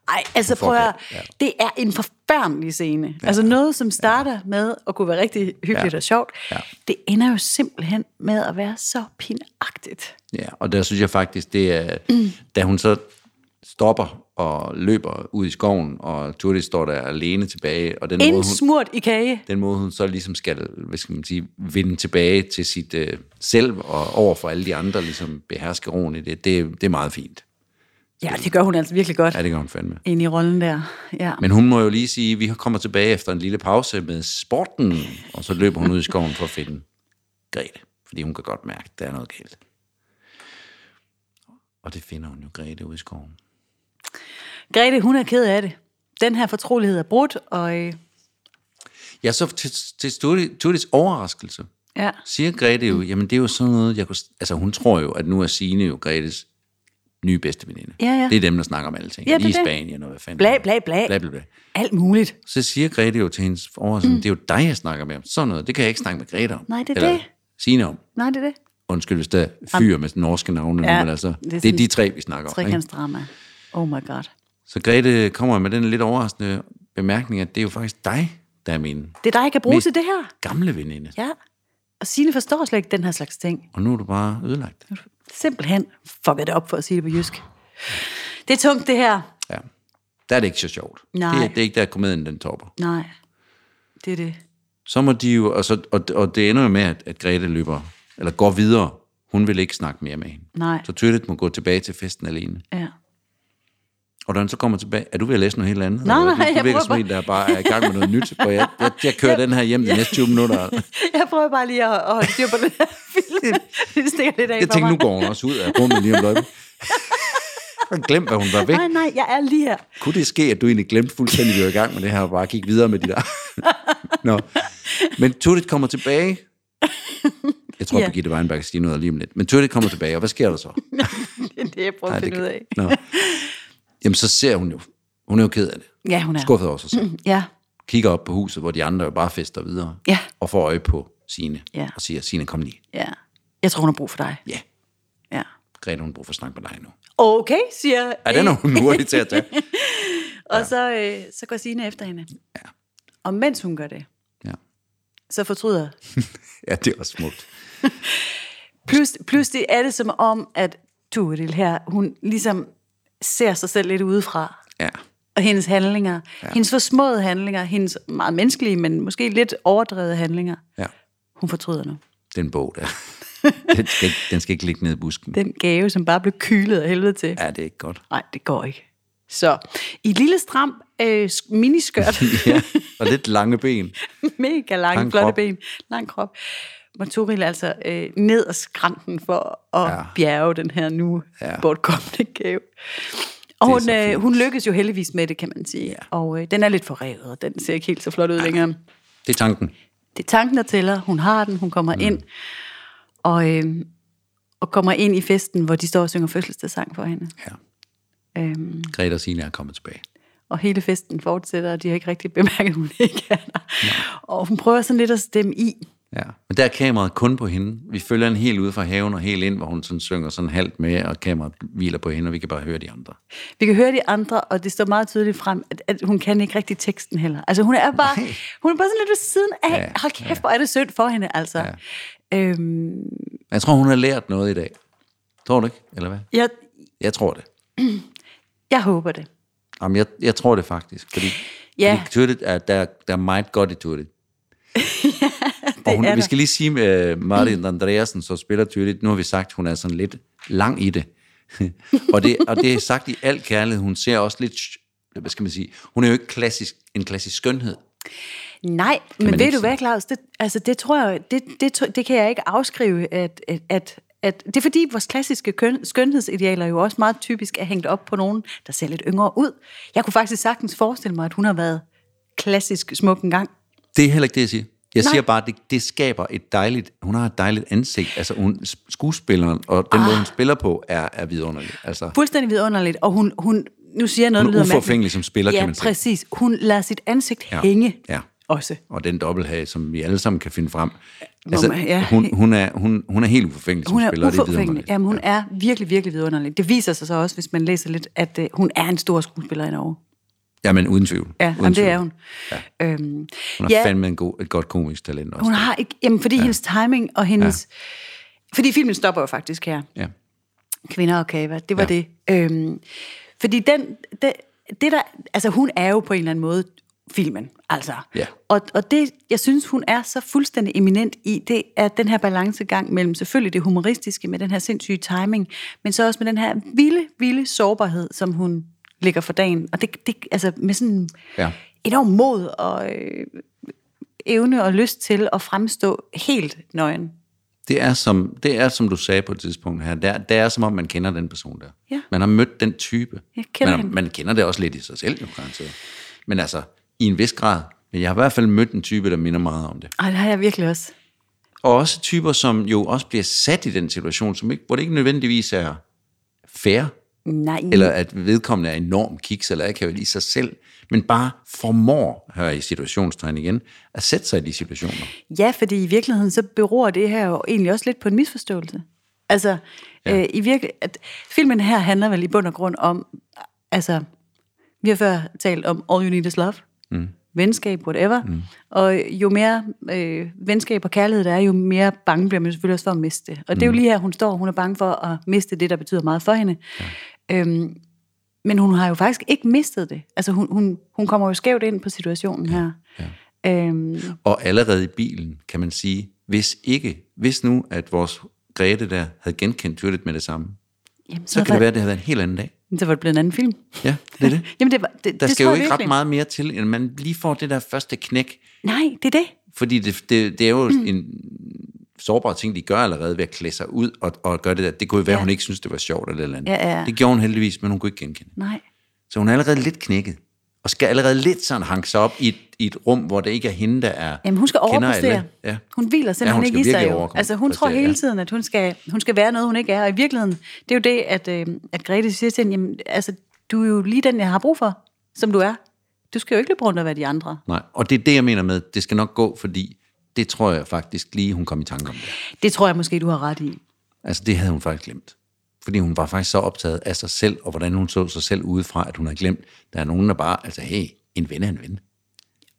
S2: Ej, altså
S1: får
S2: prøv at, høre,
S1: gas, ja.
S2: det er en forfærdelig scene. Ja. Altså noget, som starter ja. med at kunne være rigtig hyggeligt
S1: Ja.
S2: ja. og sjovt,
S1: Ja.
S2: ja. det ender jo simpelthen med at være så pinagtigt.
S1: ja, og der synes jeg faktisk, det er, mm. da hun så stopper og løber ud i skoven, og Turdis står der alene tilbage, og den måde, hun,
S2: Indsmurt i kage.
S1: den måde, hun så ligesom skal, hvad skal man sige, vinde tilbage til sit øh, selv, og over for alle de andre, ligesom beherske roen i det, det, det er meget fint.
S2: Ja, det gør hun altså virkelig godt
S1: Ja, det gør hun fandme.
S2: ind i rollen der. Ja.
S1: Men hun må jo lige sige, at vi kommer tilbage efter en lille pause med sporten, og så løber hun ud i skoven for at finde Grete, fordi hun kan godt mærke, at der er noget galt. Og det finder hun jo, Grete, ude i skoven.
S2: Grete, hun er ked af det. Den her fortrolighed er brudt, og øh,
S1: Ja, så til, til Studi- Tudis overraskelse,
S2: ja,
S1: siger Grete
S2: Mm.
S1: jo, jamen det er jo sådan noget, jeg kunne, altså hun tror jo, at nu er Signe jo Gretes nye bedste veninde.
S2: Ja, ja.
S1: Det er dem, der snakker om alting.
S2: Ja, det er
S1: Lige i
S2: det.
S1: Spanien og hvad fanden.
S2: Bla, bla, bla.
S1: bla, bla, bla.
S2: alt muligt.
S1: Så siger Grete jo til hendes overraskelse, mm. det er jo dig, jeg snakker med om. Sådan noget, det kan jeg ikke snakke med Grete om.
S2: Nej, det er
S1: Eller
S2: det.
S1: Signe om.
S2: Nej, det er det.
S1: Undskyld, hvis der er fyre med norske navne ja,
S2: Ja,
S1: nu, men altså,
S2: det er
S1: det er,
S2: sådan
S1: de tre, vi snakker om. Ikke?
S2: Trekantsdrama. Oh my god.
S1: Så Grete kommer med den lidt overraskende bemærkning, at det er jo faktisk dig, der er min
S2: Det er dig, jeg kan bruge
S1: Mest-
S2: til det her.
S1: gamle veninde. Ja.
S2: Ja. Og Signe forstår slet ikke den her slags ting.
S1: Og nu er du bare ødelagt.
S2: Simpelthen fucket det op for at sige det på jysk. Det er tungt, det her.
S1: Ja. Der er det ikke så sjovt.
S2: Nej.
S1: Det, det er ikke der, komedien den topper.
S2: Nej, det er det.
S1: så må de jo, og, så, og, og det ender jo med, at, at Grete løber, eller går videre. Hun vil ikke snakke mere med hende.
S2: Nej.
S1: Så Tyrtet må gå tilbage til festen alene.
S2: Ja.
S1: Og da han så kommer tilbage, er du ved at læse noget helt andet?
S2: Nej,
S1: Eller, du,
S2: nej,
S1: du
S2: jeg
S1: virker
S2: prøver
S1: som en,
S2: bare-
S1: der bare er i gang med noget nyt, og jeg, jeg, jeg kører den her hjem de næste 20 minutter.
S2: Jeg prøver bare lige at, at holde styr på den her film. Det stikker lidt af
S1: Jeg
S2: for
S1: tænkte, nu
S2: mig.
S1: går hun også ud af rummet lige om løbet. Jeg glemt, hvad hun var væk.
S2: Nej, nej, jeg er lige her.
S1: Kunne det ske, at du egentlig glemte fuldstændig, at vi var i gang med det her, og bare gik videre med de der? Nå. Men Tuttit kommer tilbage. Jeg tror,
S2: Ja.
S1: ja. Birgitte Weinberg kan sige noget lige om lidt. Men Tuttit kommer tilbage, og hvad sker der så?
S2: Det er det, jeg prøver
S1: Nej,
S2: at finde
S1: det
S2: ud
S1: kan-
S2: af.
S1: Nå. Jamen, så ser hun jo. Hun er jo ked af det.
S2: Ja, hun er.
S1: Skuffet over sig selv.
S2: Ja,
S1: Kigger op på huset, hvor de andre jo bare fester videre.
S2: Ja.
S1: Og får øje på Signe.
S2: Ja.
S1: Og siger, Signe, kom lige.
S2: ja. Jeg tror, hun har brug for dig.
S1: Ja,
S2: Ja.
S1: Grete, hun har brug for at snakke med dig nu.
S2: Okay, siger
S1: Ja, den er hun hurtig til at tage.
S2: Og så, øh, så går Signe efter hende. Ja. Og mens hun gør det,
S1: Ja,
S2: så fortryder.
S1: ja det er også smukt.
S2: Plus, pludselig er det som om, at Turil her, hun ligesom ser sig selv lidt udefra.
S1: Ja,
S2: Og hendes handlinger, ja. hendes forsmåede handlinger, hendes meget menneskelige, men måske lidt overdrevet handlinger,
S1: ja.
S2: hun fortryder nu.
S1: Den bog der. den, skal, ikke- den skal ikke ligge nede i busken.
S2: Den gave, som bare blev kylet af helvede til.
S1: Ja, det er ikke godt.
S2: Nej, det går ikke. Så i et lille stram øh, sk- miniskørt,
S1: Ja, og lidt lange ben.
S2: mega lange,
S1: Lang
S2: flotte
S1: krop.
S2: ben, lang krop, må Toril altså øh, ned og skranten for at
S1: Ja.
S2: ja. bjerge den her nu
S1: Ja.
S2: ja. bortkommende gave.
S1: Det er
S2: Og hun,
S1: så
S2: øh,
S1: fint.
S2: hun lykkes jo heldigvis med det, kan man sige. Ja. Og øh, den er lidt forrevet, og den ser ikke helt så flot ud længere.
S1: Det er tanken.
S2: Det er tanken, der tæller. Hun har den, hun kommer mm. ind. Og, øh, og kommer ind i festen, hvor de står og synger fødselsdagssang for hende.
S1: Ja.
S2: Øhm,
S1: Grete og Signe er kommet tilbage.
S2: Og hele festen fortsætter, og de har ikke rigtig bemærket, at hun ikke er der. Og hun prøver sådan lidt at stemme i.
S1: Ja. Men der er kameraet kun på hende. Vi følger hende helt ude fra haven og helt ind, hvor hun sådan synger sådan halvt med, og kameraet hviler på hende, og vi kan bare høre de andre.
S2: Vi kan høre de andre, og det står meget tydeligt frem, at, at hun kan ikke rigtig teksten heller. Altså hun er bare,
S1: Nej.
S2: hun er bare sådan lidt ved siden af.
S1: Ja,
S2: Ja, Hold kæft, ja. hvor er det synd for hende, altså. Ja. Øhm,
S1: Men Jeg tror, hun har lært noget i dag. Tror du ikke, eller hvad?
S2: jeg,
S1: Jeg tror det.
S2: jeg håber det.
S1: Jamen, jeg, jeg tror det faktisk, fordi
S2: Ja.
S1: fordi Turtet er, der, der er meget godt i Turtet. og hun,
S2: er
S1: vi
S2: der.
S1: skal lige sige med Martin Andreasen, så spiller Turtet, nu har vi sagt, hun er sådan lidt lang i det. og, det og det er sagt i al kærlighed, hun ser også lidt, hvad skal man sige, hun er jo ikke klassisk, en klassisk skønhed.
S2: Nej, men
S1: man
S2: ved
S1: ikke
S2: du hvad, Claus? Det, altså det tror jeg, det, det, tro- det kan jeg ikke afskrive, at, at, at, at det er fordi vores klassiske køn, skønhedsidealer jo også meget typisk er hængt op på nogen, der ser lidt yngre ud. Jeg kunne faktisk sagtens forestille mig, at hun har været klassisk smuk engang.
S1: Det er heller ikke det, jeg siger. Jeg
S2: Nej.
S1: siger bare, at det, det skaber et dejligt, hun har et dejligt ansigt, altså hun, skuespilleren og den ah. måde, hun spiller på, er, er vidunderlig. Altså,
S2: Fuldstændig vidunderligt, og hun, hun nu siger jeg noget,
S1: Hun er
S2: der lyder mærkeligt.
S1: uforfængelig som spiller,
S2: ja,
S1: kan man sige.
S2: præcis. Hun lader sit ansigt ja. hænge
S1: ja.
S2: også.
S1: og den dobbelthage, som vi alle sammen kan finde frem.
S2: Hvor
S1: Altså,
S2: man- ja.
S1: hun, hun, er, hun, hun er helt uforfængelig som
S2: Hun er
S1: spiller, og det er
S2: uforfængelig.
S1: vidunderligt.
S2: Jamen, hun er virkelig, virkelig vidunderlig. Det viser sig så også, hvis man læser lidt, at øh, hun er en stor skuespiller i Norge.
S1: Jamen, uden tvivl.
S2: Ja,
S1: uden
S2: jamen,
S1: tvivl.
S2: det er hun. Ja. Øhm,
S1: Hun har
S2: ja,
S1: ja. fandme en god, et godt komisk talent også.
S2: hun har ikke... Jamen, fordi ja. hendes timing og hendes... Ja. Fordi filmen stopper jo faktisk her.
S1: Ja.
S2: Kvinder og kava, det var
S1: Ja.
S2: ja. det. Øhm, fordi den... Det, det der, altså, hun er jo på en eller anden måde filmen, altså.
S1: Ja.
S2: Og, og det, jeg synes, hun er så fuldstændig eminent i, det er den her balancegang mellem selvfølgelig det humoristiske med den her sindssyge timing, men så også med den her vilde, vilde sårbarhed, som hun ligger for dagen. Og det, det altså med sådan
S1: Ja.
S2: enorm mod og øh, evne og lyst til at fremstå helt nøgen.
S1: Det, er som, det er, som du sagde på et tidspunkt her, det er, det er som om, man kender den person der.
S2: Ja.
S1: Man har mødt den type.
S2: Jeg kender
S1: man,
S2: hende.
S1: man kender det også lidt i sig selv, jo garanteret. Men altså, i en vis grad. Men jeg har i hvert fald mødt en type, der minder meget om det.
S2: Ej, det har jeg virkelig også.
S1: Og også typer, som jo også bliver sat i den situation, som ikke, hvor det ikke nødvendigvis er fair,
S2: Nej,
S1: eller at vedkommende er enormt kiks eller akavet i sig selv, men bare formår, hører jeg i situationstegn igen, at sætte sig i de situationer.
S2: ja, fordi i virkeligheden så beror det her jo egentlig også lidt på en misforståelse. Altså, ja. øh, i virkelig, at filmen her handler vel i bund og grund om, altså, vi har før talt om All You Need Is Love, mm. venskab, whatever, mm. og jo mere øh, venskab og kærlighed der er, jo mere bange bliver man selvfølgelig også for at miste det. Og det er jo lige her, hun står, hun er bange for at miste det, der betyder meget for hende. Ja. Øhm, men hun har jo faktisk ikke mistet det. Altså, hun, hun, hun kommer jo skævt ind på situationen ja. her. Ja. Øhm,
S1: Og allerede i bilen kan man sige, hvis ikke, hvis nu, at vores Grete der havde genkendt Tyrtet med det samme,
S2: Jamen,
S1: Så kan det være, at det har været en helt anden dag.
S2: være. Så var det blevet en anden film.
S1: Ja, det er det.
S2: Jamen, det, var, det,
S1: Der
S2: det
S1: skal
S2: tror
S1: jo
S2: jeg
S1: ikke ret
S2: virkelig.
S1: meget mere til, end man lige får det der første knæk.
S2: Nej, det er det.
S1: Fordi det, det, det er jo mm. en sårbar ting, de gør allerede ved at klæde sig ud og, og gøre det der. Det kunne jo være, ja. hun ikke synes, det var sjovt eller et eller andet.
S2: Ja, ja, ja.
S1: Det gjorde hun heldigvis, men hun kunne ikke genkende.
S2: Nej.
S1: Så hun er allerede lidt knækket. Og skal allerede lidt sådan hanke sig op i et, i et rum, hvor det ikke er hende, der er
S2: Jamen, hun skal
S1: kender
S2: overpræstere.
S1: alle. Ja.
S2: Hun hviler
S1: Ja, hun
S2: simpelthen
S1: skal
S2: ikke i sig.
S1: virkelig
S2: Jo.
S1: overkomme-
S2: Altså, hun tror
S1: præstere,
S2: hele
S1: ja.
S2: tiden, at hun skal, hun skal være noget, hun ikke er. Og i virkeligheden, det er jo det, at, øh, at Grete siger til hende, jamen, altså, du er jo lige den, jeg har brug for, som du er. Du skal jo ikke løbe rundt og være de andre.
S1: Nej, og det er det, jeg mener med, det skal nok gå, fordi det tror jeg faktisk lige, hun kom i tanke om det.
S2: Det tror jeg måske, du har ret i.
S1: Altså, det havde hun faktisk glemt. Fordi hun var faktisk så optaget af sig selv, og hvordan hun så sig selv udefra, at hun havde glemt, der er nogen, der bare, altså, hey, en ven er en ven.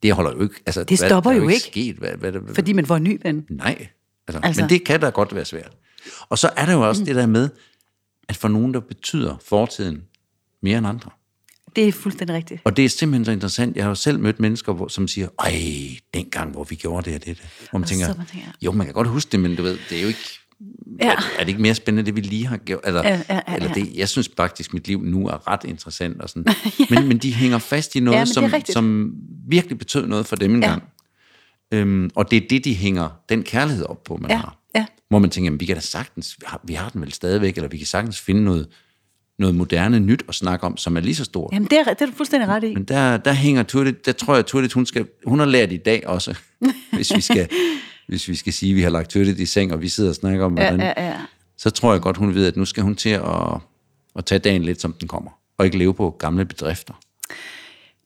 S1: Det holder jo ikke. Altså,
S2: Det
S1: hvad-
S2: stopper
S1: der er
S2: jo
S1: ikke.
S2: ikke.
S1: Sket. Hvad, hvad, hvad,
S2: Fordi man får en ny ven.
S1: Nej. Altså,
S2: Altså-
S1: altså. Men det kan da godt være svært. Og så er der jo også mm. det der med, at for nogen, der betyder fortiden mere end andre.
S2: Det er fuldstændig rigtigt.
S1: Og det er simpelthen så interessant. Jeg har jo selv mødt mennesker, hvor, som siger, ej, dengang, hvor vi gjorde det og det. der." Hvor man tænker,
S2: så man tænker,
S1: jo, man kan godt huske det, men du ved, det er jo ikke...
S2: Ja.
S1: Er, er det ikke mere spændende, det vi lige har gjort? Eller,
S2: Ja, ja, ja,
S1: eller
S2: ja.
S1: det, jeg synes faktisk, mit liv nu er ret interessant. Og sådan. men, men de hænger fast i noget,
S2: Ja, men det er
S1: som,
S2: rigtigt.
S1: som virkelig betød noget for dem engang. Ja. Øhm, og det er det, de hænger den kærlighed op på, man
S2: Ja,
S1: har.
S2: ja.
S1: Hvor man tænker, jamen, vi kan da sagtens, vi har, vi har den vel stadigvæk, eller vi kan sagtens finde noget, noget moderne nyt at snakke om, som er lige så stort.
S2: Jamen, det er, det er du fuldstændig ret i.
S1: Men der, der hænger Turtit, der tror jeg, Turtit, hun, skal, hun har lært i dag også, hvis vi skal, hvis vi skal sige, at vi har lagt Turtit i seng, og vi sidder og snakker om, hvordan,
S2: Ja, ja, ja.
S1: så tror jeg godt, hun ved, at nu skal hun til at, at tage dagen lidt, som den kommer, og ikke leve på gamle bedrifter.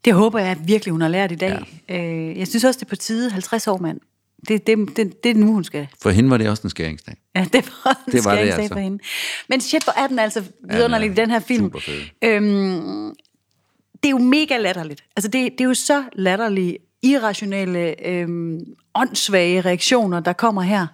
S2: Det håber jeg virkelig, hun har lært i dag. Ja. Øh, jeg synes også, det er på tide 50 år, mand. Det, det, det, det er nu, hun skal.
S1: For hende var det også en skæringsdag.
S2: Ja, det var en
S1: Det var det,
S2: skæringsdag
S1: altså.
S2: for hende. Men shit, hvor er den altså vidunderlig i den her film.
S1: superfed.
S2: Øhm, det er jo mega latterligt. Altså, det, det er jo så latterlige, irrationelle, øhm, åndssvage reaktioner, der kommer her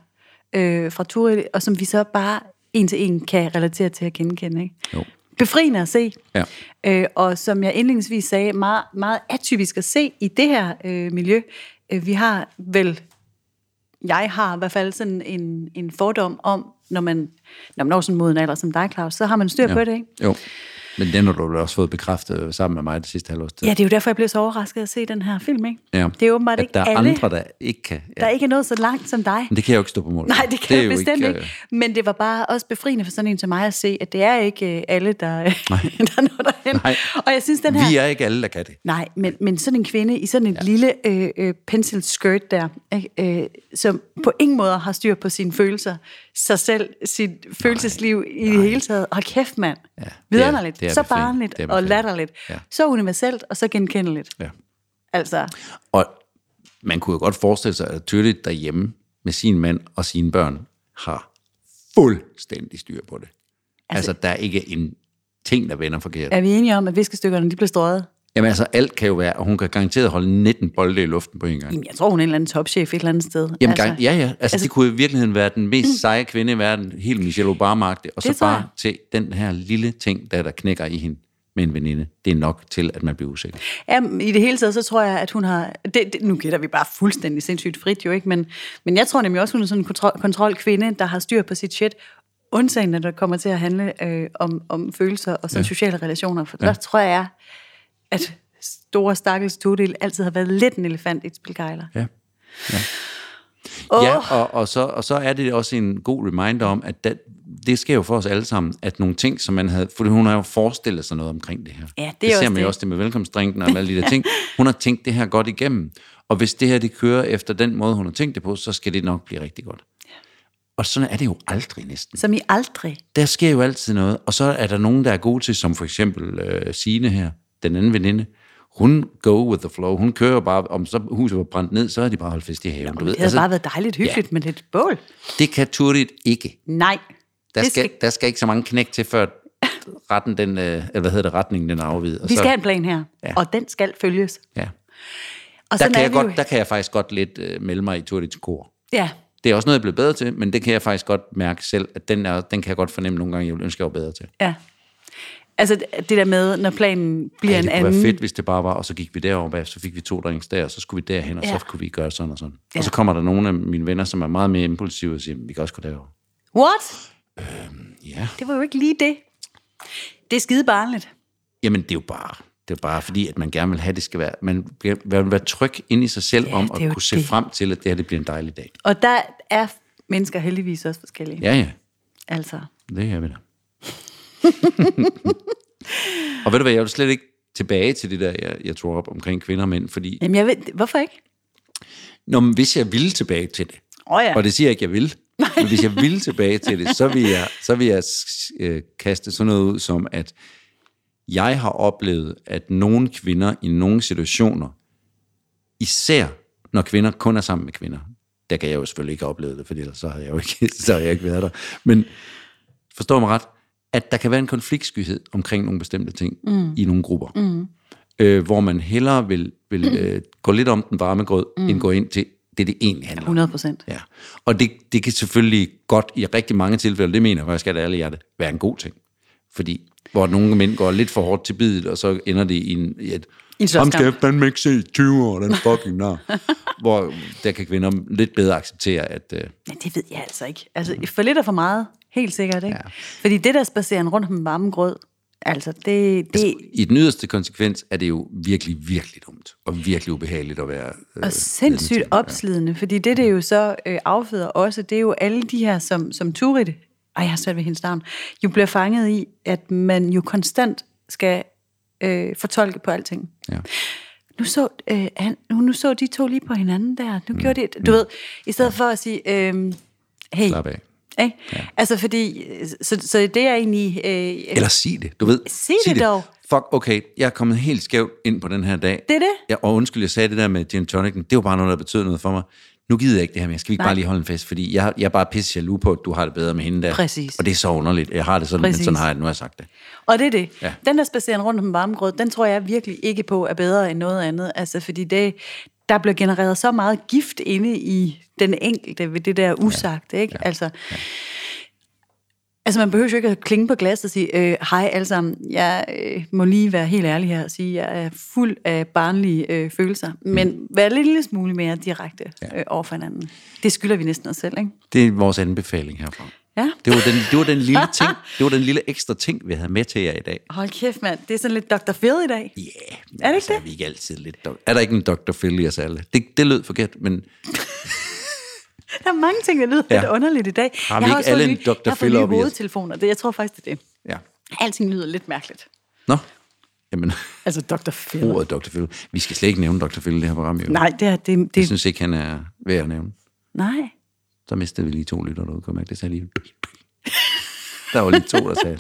S2: øh, fra Turi, og som vi så bare en til en kan relatere til at genkende. Ikke?
S1: Jo.
S2: Befriende at se.
S1: Ja.
S2: Øh, og som jeg indledningsvis sagde, meget, meget atypisk at se i det her øh, miljø. Øh, Vi har vel jeg har i hvert fald sådan en, en fordom om, når man, når man når sådan en moden alder som dig, Claus, så har man styr ja. på det, ikke?
S1: Jo. Men den har du vel også fået bekræftet sammen med mig det sidste halvårs tid.
S2: Ja, det er jo derfor, jeg blev så overrasket at se den her film, ikke?
S1: Ja.
S2: Det er åbenbart
S1: at
S2: ikke
S1: der er
S2: alle,
S1: andre, der ikke kan. Ja.
S2: der ikke er nået så langt som dig.
S1: Men det kan jeg jo ikke stå på mål. for.
S2: Nej, det kan
S1: er
S2: det
S1: jo
S2: bestemt ikke,
S1: øh,
S2: ikke. Men det var bare også befriende for sådan en som mig at se, at det er ikke øh, alle, der, der når derhen.
S1: Nej.
S2: Og jeg synes, den her...
S1: Vi er ikke alle, der kan det.
S2: Nej, men, men sådan en kvinde i sådan en ja. lille øh, øh, pencil skirt der, ikke, øh, som på ingen måde har styr på sine følelser, sig selv, sit nej, følelsesliv i det hele taget. Hold kæft, mand. Ja,
S1: det er-
S2: Vidunderligt,
S1: det er
S2: så
S1: befriende.
S2: barnligt
S1: Det er
S2: og
S1: befriende.
S2: latterligt. Ja.
S1: Ja.
S2: Så universelt og så genkendeligt.
S1: Ja.
S2: Altså,
S1: Og man kunne jo godt forestille sig, at Tyrli derhjemme med sin mand og sine børn har fuldstændig styr på det. Altså, altså der er ikke en ting, der vender forkert. Ja.
S2: er vi enige om, at viskestykkerne de bliver strøget?
S1: Jamen altså, alt kan jo være, og hun kan garanteret holde 19 bolde i luften på en gang.
S2: Jamen, jeg tror, hun er en eller anden topchef et eller andet sted.
S1: Jamen,
S2: altså, Mm.
S1: altså, ja, ja. Altså, altså, det kunne i virkeligheden være den mest seje kvinde i verden, helt Michelle obama -agtig, og så
S2: Det tror jeg.
S1: bare til den her lille ting, der, der knækker i hende med en veninde. Det er nok til, at man bliver usikker.
S2: Jamen, i det hele taget, så tror jeg, at hun har... Det, det, nu gætter vi bare fuldstændig sindssygt frit jo, ikke? Men, men jeg tror nemlig også, hun er sådan en kontrol, kontrolkvinde, der har styr på sit shit. Undtagen, når det kommer til at handle øh, om, om følelser og sådan ja. sociale relationer. For ja. der tror jeg, at store stakkels Tudel altid har været lidt en elefant i et spilgejler.
S1: Ja. Ja, oh. ja og, og, så, og så er det også en god reminder om, at det, det sker jo for os alle sammen, at nogle ting, som man havde... For hun har jo forestillet sig noget omkring det her.
S2: Ja, det er
S1: det ser
S2: også
S1: man
S2: det.
S1: jo også det med velkomstdrinken og alle de der ting. Hun har tænkt det her godt igennem. Og hvis det her, det kører efter den måde, hun har tænkt det på, så skal det nok blive rigtig godt. Og sådan er det jo aldrig næsten.
S2: Som I aldrig...
S1: Der sker jo altid noget, og så er der nogen, der er gode til, som for eksempel øh, Signe her, den anden veninde. Hun go with the flow. Hun kører jo bare, om så huset var brændt ned, så har de bare holdt fest i haven. du ved.
S2: Det havde altså, bare været dejligt hyggeligt ja. med lidt bål.
S1: Det kan Turit ikke.
S2: Nej.
S1: Der
S2: det
S1: skal, skal... der skal ikke så mange knæk til, før retten den, øh, eller hvad hedder det, retningen den er afvidet. Og
S2: vi
S1: så,
S2: skal have en plan her, ja.
S1: Ja.
S2: og den skal følges.
S1: ja.
S2: Og
S1: der,
S2: sådan
S1: kan
S2: er
S1: jeg
S2: vi
S1: godt,
S2: jo.
S1: der kan jeg faktisk godt lidt øh, melde mig i Turits kor.
S2: Ja,
S1: Det er også noget, jeg er blevet bedre til, men det kan jeg faktisk godt mærke selv, at den, er, den kan jeg godt fornemme nogle gange, jeg ville ønske, jeg var bedre til.
S2: Ja. Altså det der med, når planen bliver
S1: Ej,
S2: en
S1: det kunne
S2: anden.
S1: være fedt, hvis det bare var, og så gik vi derover bag, så fik vi to drinks der, og så skulle vi derhen, og
S2: Ja.
S1: så kunne vi gøre sådan og sådan. Ja.
S2: Ja.
S1: Og så kommer der nogle af mine venner, som er meget mere impulsive og siger, vi kan også gå derover.
S2: What?
S1: Ja,
S2: Det var jo ikke lige det. Det er skide barnligt.
S1: Jamen, det er jo bare, det er jo bare fordi, at man gerne vil have, at det skal være, man vil man vil være tryg inde i sig selv
S2: Ja,
S1: ja, om
S2: det
S1: at
S2: er jo
S1: kunne se
S2: det.
S1: frem til, at det her det bliver en dejlig dag.
S2: Og der er mennesker heldigvis også forskellige.
S1: Ja, ja,
S2: Altså,
S1: det er vi da. og ved du hvad, jeg vil slet ikke tilbage til det der, jeg, jeg tror op omkring kvinder og mænd, fordi
S2: jamen jeg ved, hvorfor ikke?
S1: Nå, men hvis jeg ville tilbage til det,
S2: Åh oh, ja.
S1: og det siger jeg ikke, jeg vil, men hvis jeg ville tilbage til det, så vil jeg, så vil jeg øh, kaste sådan noget ud som, at jeg har oplevet, at nogle kvinder i nogle situationer, især når kvinder kun er sammen med kvinder, der kan jeg jo selvfølgelig ikke opleve det, for ellers så har jeg jo ikke, så har jeg ikke været der. Men forstår mig ret, at der kan være en konfliktskyhed omkring nogle bestemte ting mm. i nogle grupper. Mm. Øh, hvor man hellere vil, vil øh, gå lidt om den varme grød, mm. end gå ind til det, det egentlig handler om.
S2: 100 procent.
S1: Ja, og det, det kan selvfølgelig godt i rigtig mange tilfælde, det mener jeg faktisk af alle hjerte, være en god ting. Fordi hvor nogle mænd går lidt for hårdt til bidet, og så ender det i en... I et,
S2: En slåskamp.
S1: "Ham skal fandme ikke se i 20 år, den fucking nar. hvor der kan kvinder lidt bedre acceptere, at... Øh,
S2: Men det ved jeg altså ikke.
S1: Mm.
S2: Altså, for lidt og for meget, helt sikkert, ikke? Ja. Fordi det der spaceren rundt om varmen grød, altså, det, det altså,
S1: i den yderste konsekvens er det jo virkelig, virkelig dumt, og virkelig ubehageligt at være... Øh,
S2: er sindssygt opslidende, fordi det, det jo så øh, afføder også, det er jo alle de her, som, som Turit, ej, jeg har svært ved hendes navn, jo bliver fanget i, at man jo konstant skal øh, fortolke på alting.
S1: ja.
S2: nu så, øh, han, nu, nu så de to lige på hinanden der. Nu gjorde det, du ved, i stedet for at sige, øh, hey.
S1: Mm. Slap af.
S2: Ikke? Ja. Altså fordi, øh, så, så det er egentlig... Øh,
S1: Eller sig det, du ved.
S2: Sig det dog.
S1: Fuck, okay, jeg er kommet helt skævt ind på den her dag.
S2: Det er det.
S1: Ja, og undskyld, jeg sagde det der med gin tonicen. Det var bare noget, der betød noget for mig. Nu gider jeg ikke det her mere. Skal vi ikke
S2: Nej.
S1: bare lige holde en fest? Fordi jeg, jeg er bare pisse jaloux på, at du har det bedre med hende der.
S2: Præcis.
S1: Og det er så underligt. Jeg har det sådan,
S2: Præcis.
S1: men sådan har jeg det, nu har jeg sagt det.
S2: Og det er det.
S1: Ja.
S2: Ja. Den der spaceren rundt om varmegrød, den tror jeg virkelig ikke på er bedre end noget andet. Altså fordi det, der bliver genereret så meget gift inde i den enkelte ved det der usagt, ikke? Altså, altså man behøver jo ikke at klinge på glas og sige, øh, hej alle sammen, jeg øh, må lige være helt ærlig her og sige, jeg er fuld af barnlige øh, følelser, men vær lidt lille smule mere direkte øh, over for hinanden. Det skylder vi næsten os selv, ikke?
S1: Det er vores anbefaling herfra.
S2: Ja.
S1: Det var den, det var den lille ting, det var den lille ekstra ting, vi havde med til jer i dag.
S2: Hold kæft, mand. Det er sådan lidt Dr. Phil i dag.
S1: Ja, yeah,
S2: Er det ikke
S1: er
S2: det?
S1: vi ikke altid lidt dok- Er der ikke en Dr. Phil i os alle? Det, det lød forkert, men
S2: Der er mange ting, der lyder
S1: Ja.
S2: ja. lidt underligt i dag.
S1: vi ikke
S2: også fået
S1: alle en
S2: nye-
S1: Dr.
S2: Jeg har fået
S1: Phil
S2: nye
S1: op i os?
S2: hovedtelefoner. Det, jeg tror faktisk, det er det.
S1: ja.
S2: Alting lyder lidt mærkeligt.
S1: Nå, jamen,
S2: Altså Dr. Phil.
S1: ordet Dr. Phil. Vi skal slet ikke nævne Dr. Phil i det her program, jo.
S2: Nej, det er... Det,
S1: Jeg
S2: det,
S1: synes ikke, han er værd at nævne.
S2: nej.
S1: Så mistede vi lige to lytter derude, kan jeg mærke. Det sagde lige... Der var lige to, der sagde...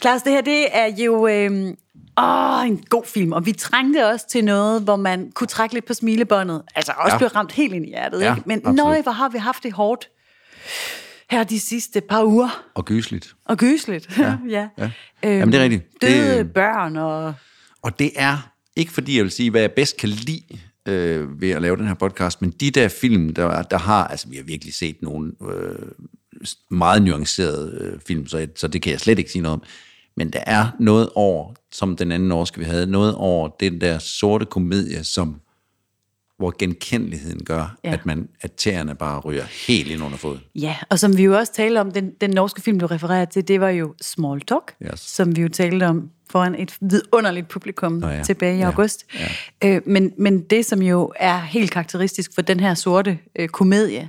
S2: Klaus, det her, det er jo... Øh, åh, en god film. Og vi trængte også til noget, hvor man kunne trække lidt på smilebåndet. Altså også
S1: Ja.
S2: ja. blive ramt helt ind i hjertet.
S1: Ja,
S2: ikke? Men
S1: absolut.
S2: nøj, hvor har vi haft det hårdt her de sidste par uger.
S1: Og gysligt.
S2: Og gysligt. Ja, ja. Øhm,
S1: ja. Jamen, det er rigtigt.
S2: Døde
S1: Det-
S2: børn og...
S1: Og det er ikke fordi, jeg vil sige, hvad jeg bedst kan lide øh, ved at lave den her podcast, men de der film, der, der har, altså vi har virkelig set nogle øh, meget nuancerede øh, film, så, så det kan jeg slet ikke sige noget om. Men der er noget over, som den anden norske vi havde, noget over den der sorte komedie, som hvor genkendeligheden gør, ja.
S2: Ja.
S1: at, man, at tæerne bare ryger helt ind under foden.
S2: Ja, og som vi jo også talte om, den, den norske film, du refererer til, det var jo Small Talk,
S1: Yes.
S2: som vi jo talte om foran et vidunderligt publikum Nå,
S1: ja.
S2: ja. tilbage i
S1: Ja,
S2: august. Ja. Øh, men, men det, som jo er helt karakteristisk for den her sorte øh, komedie,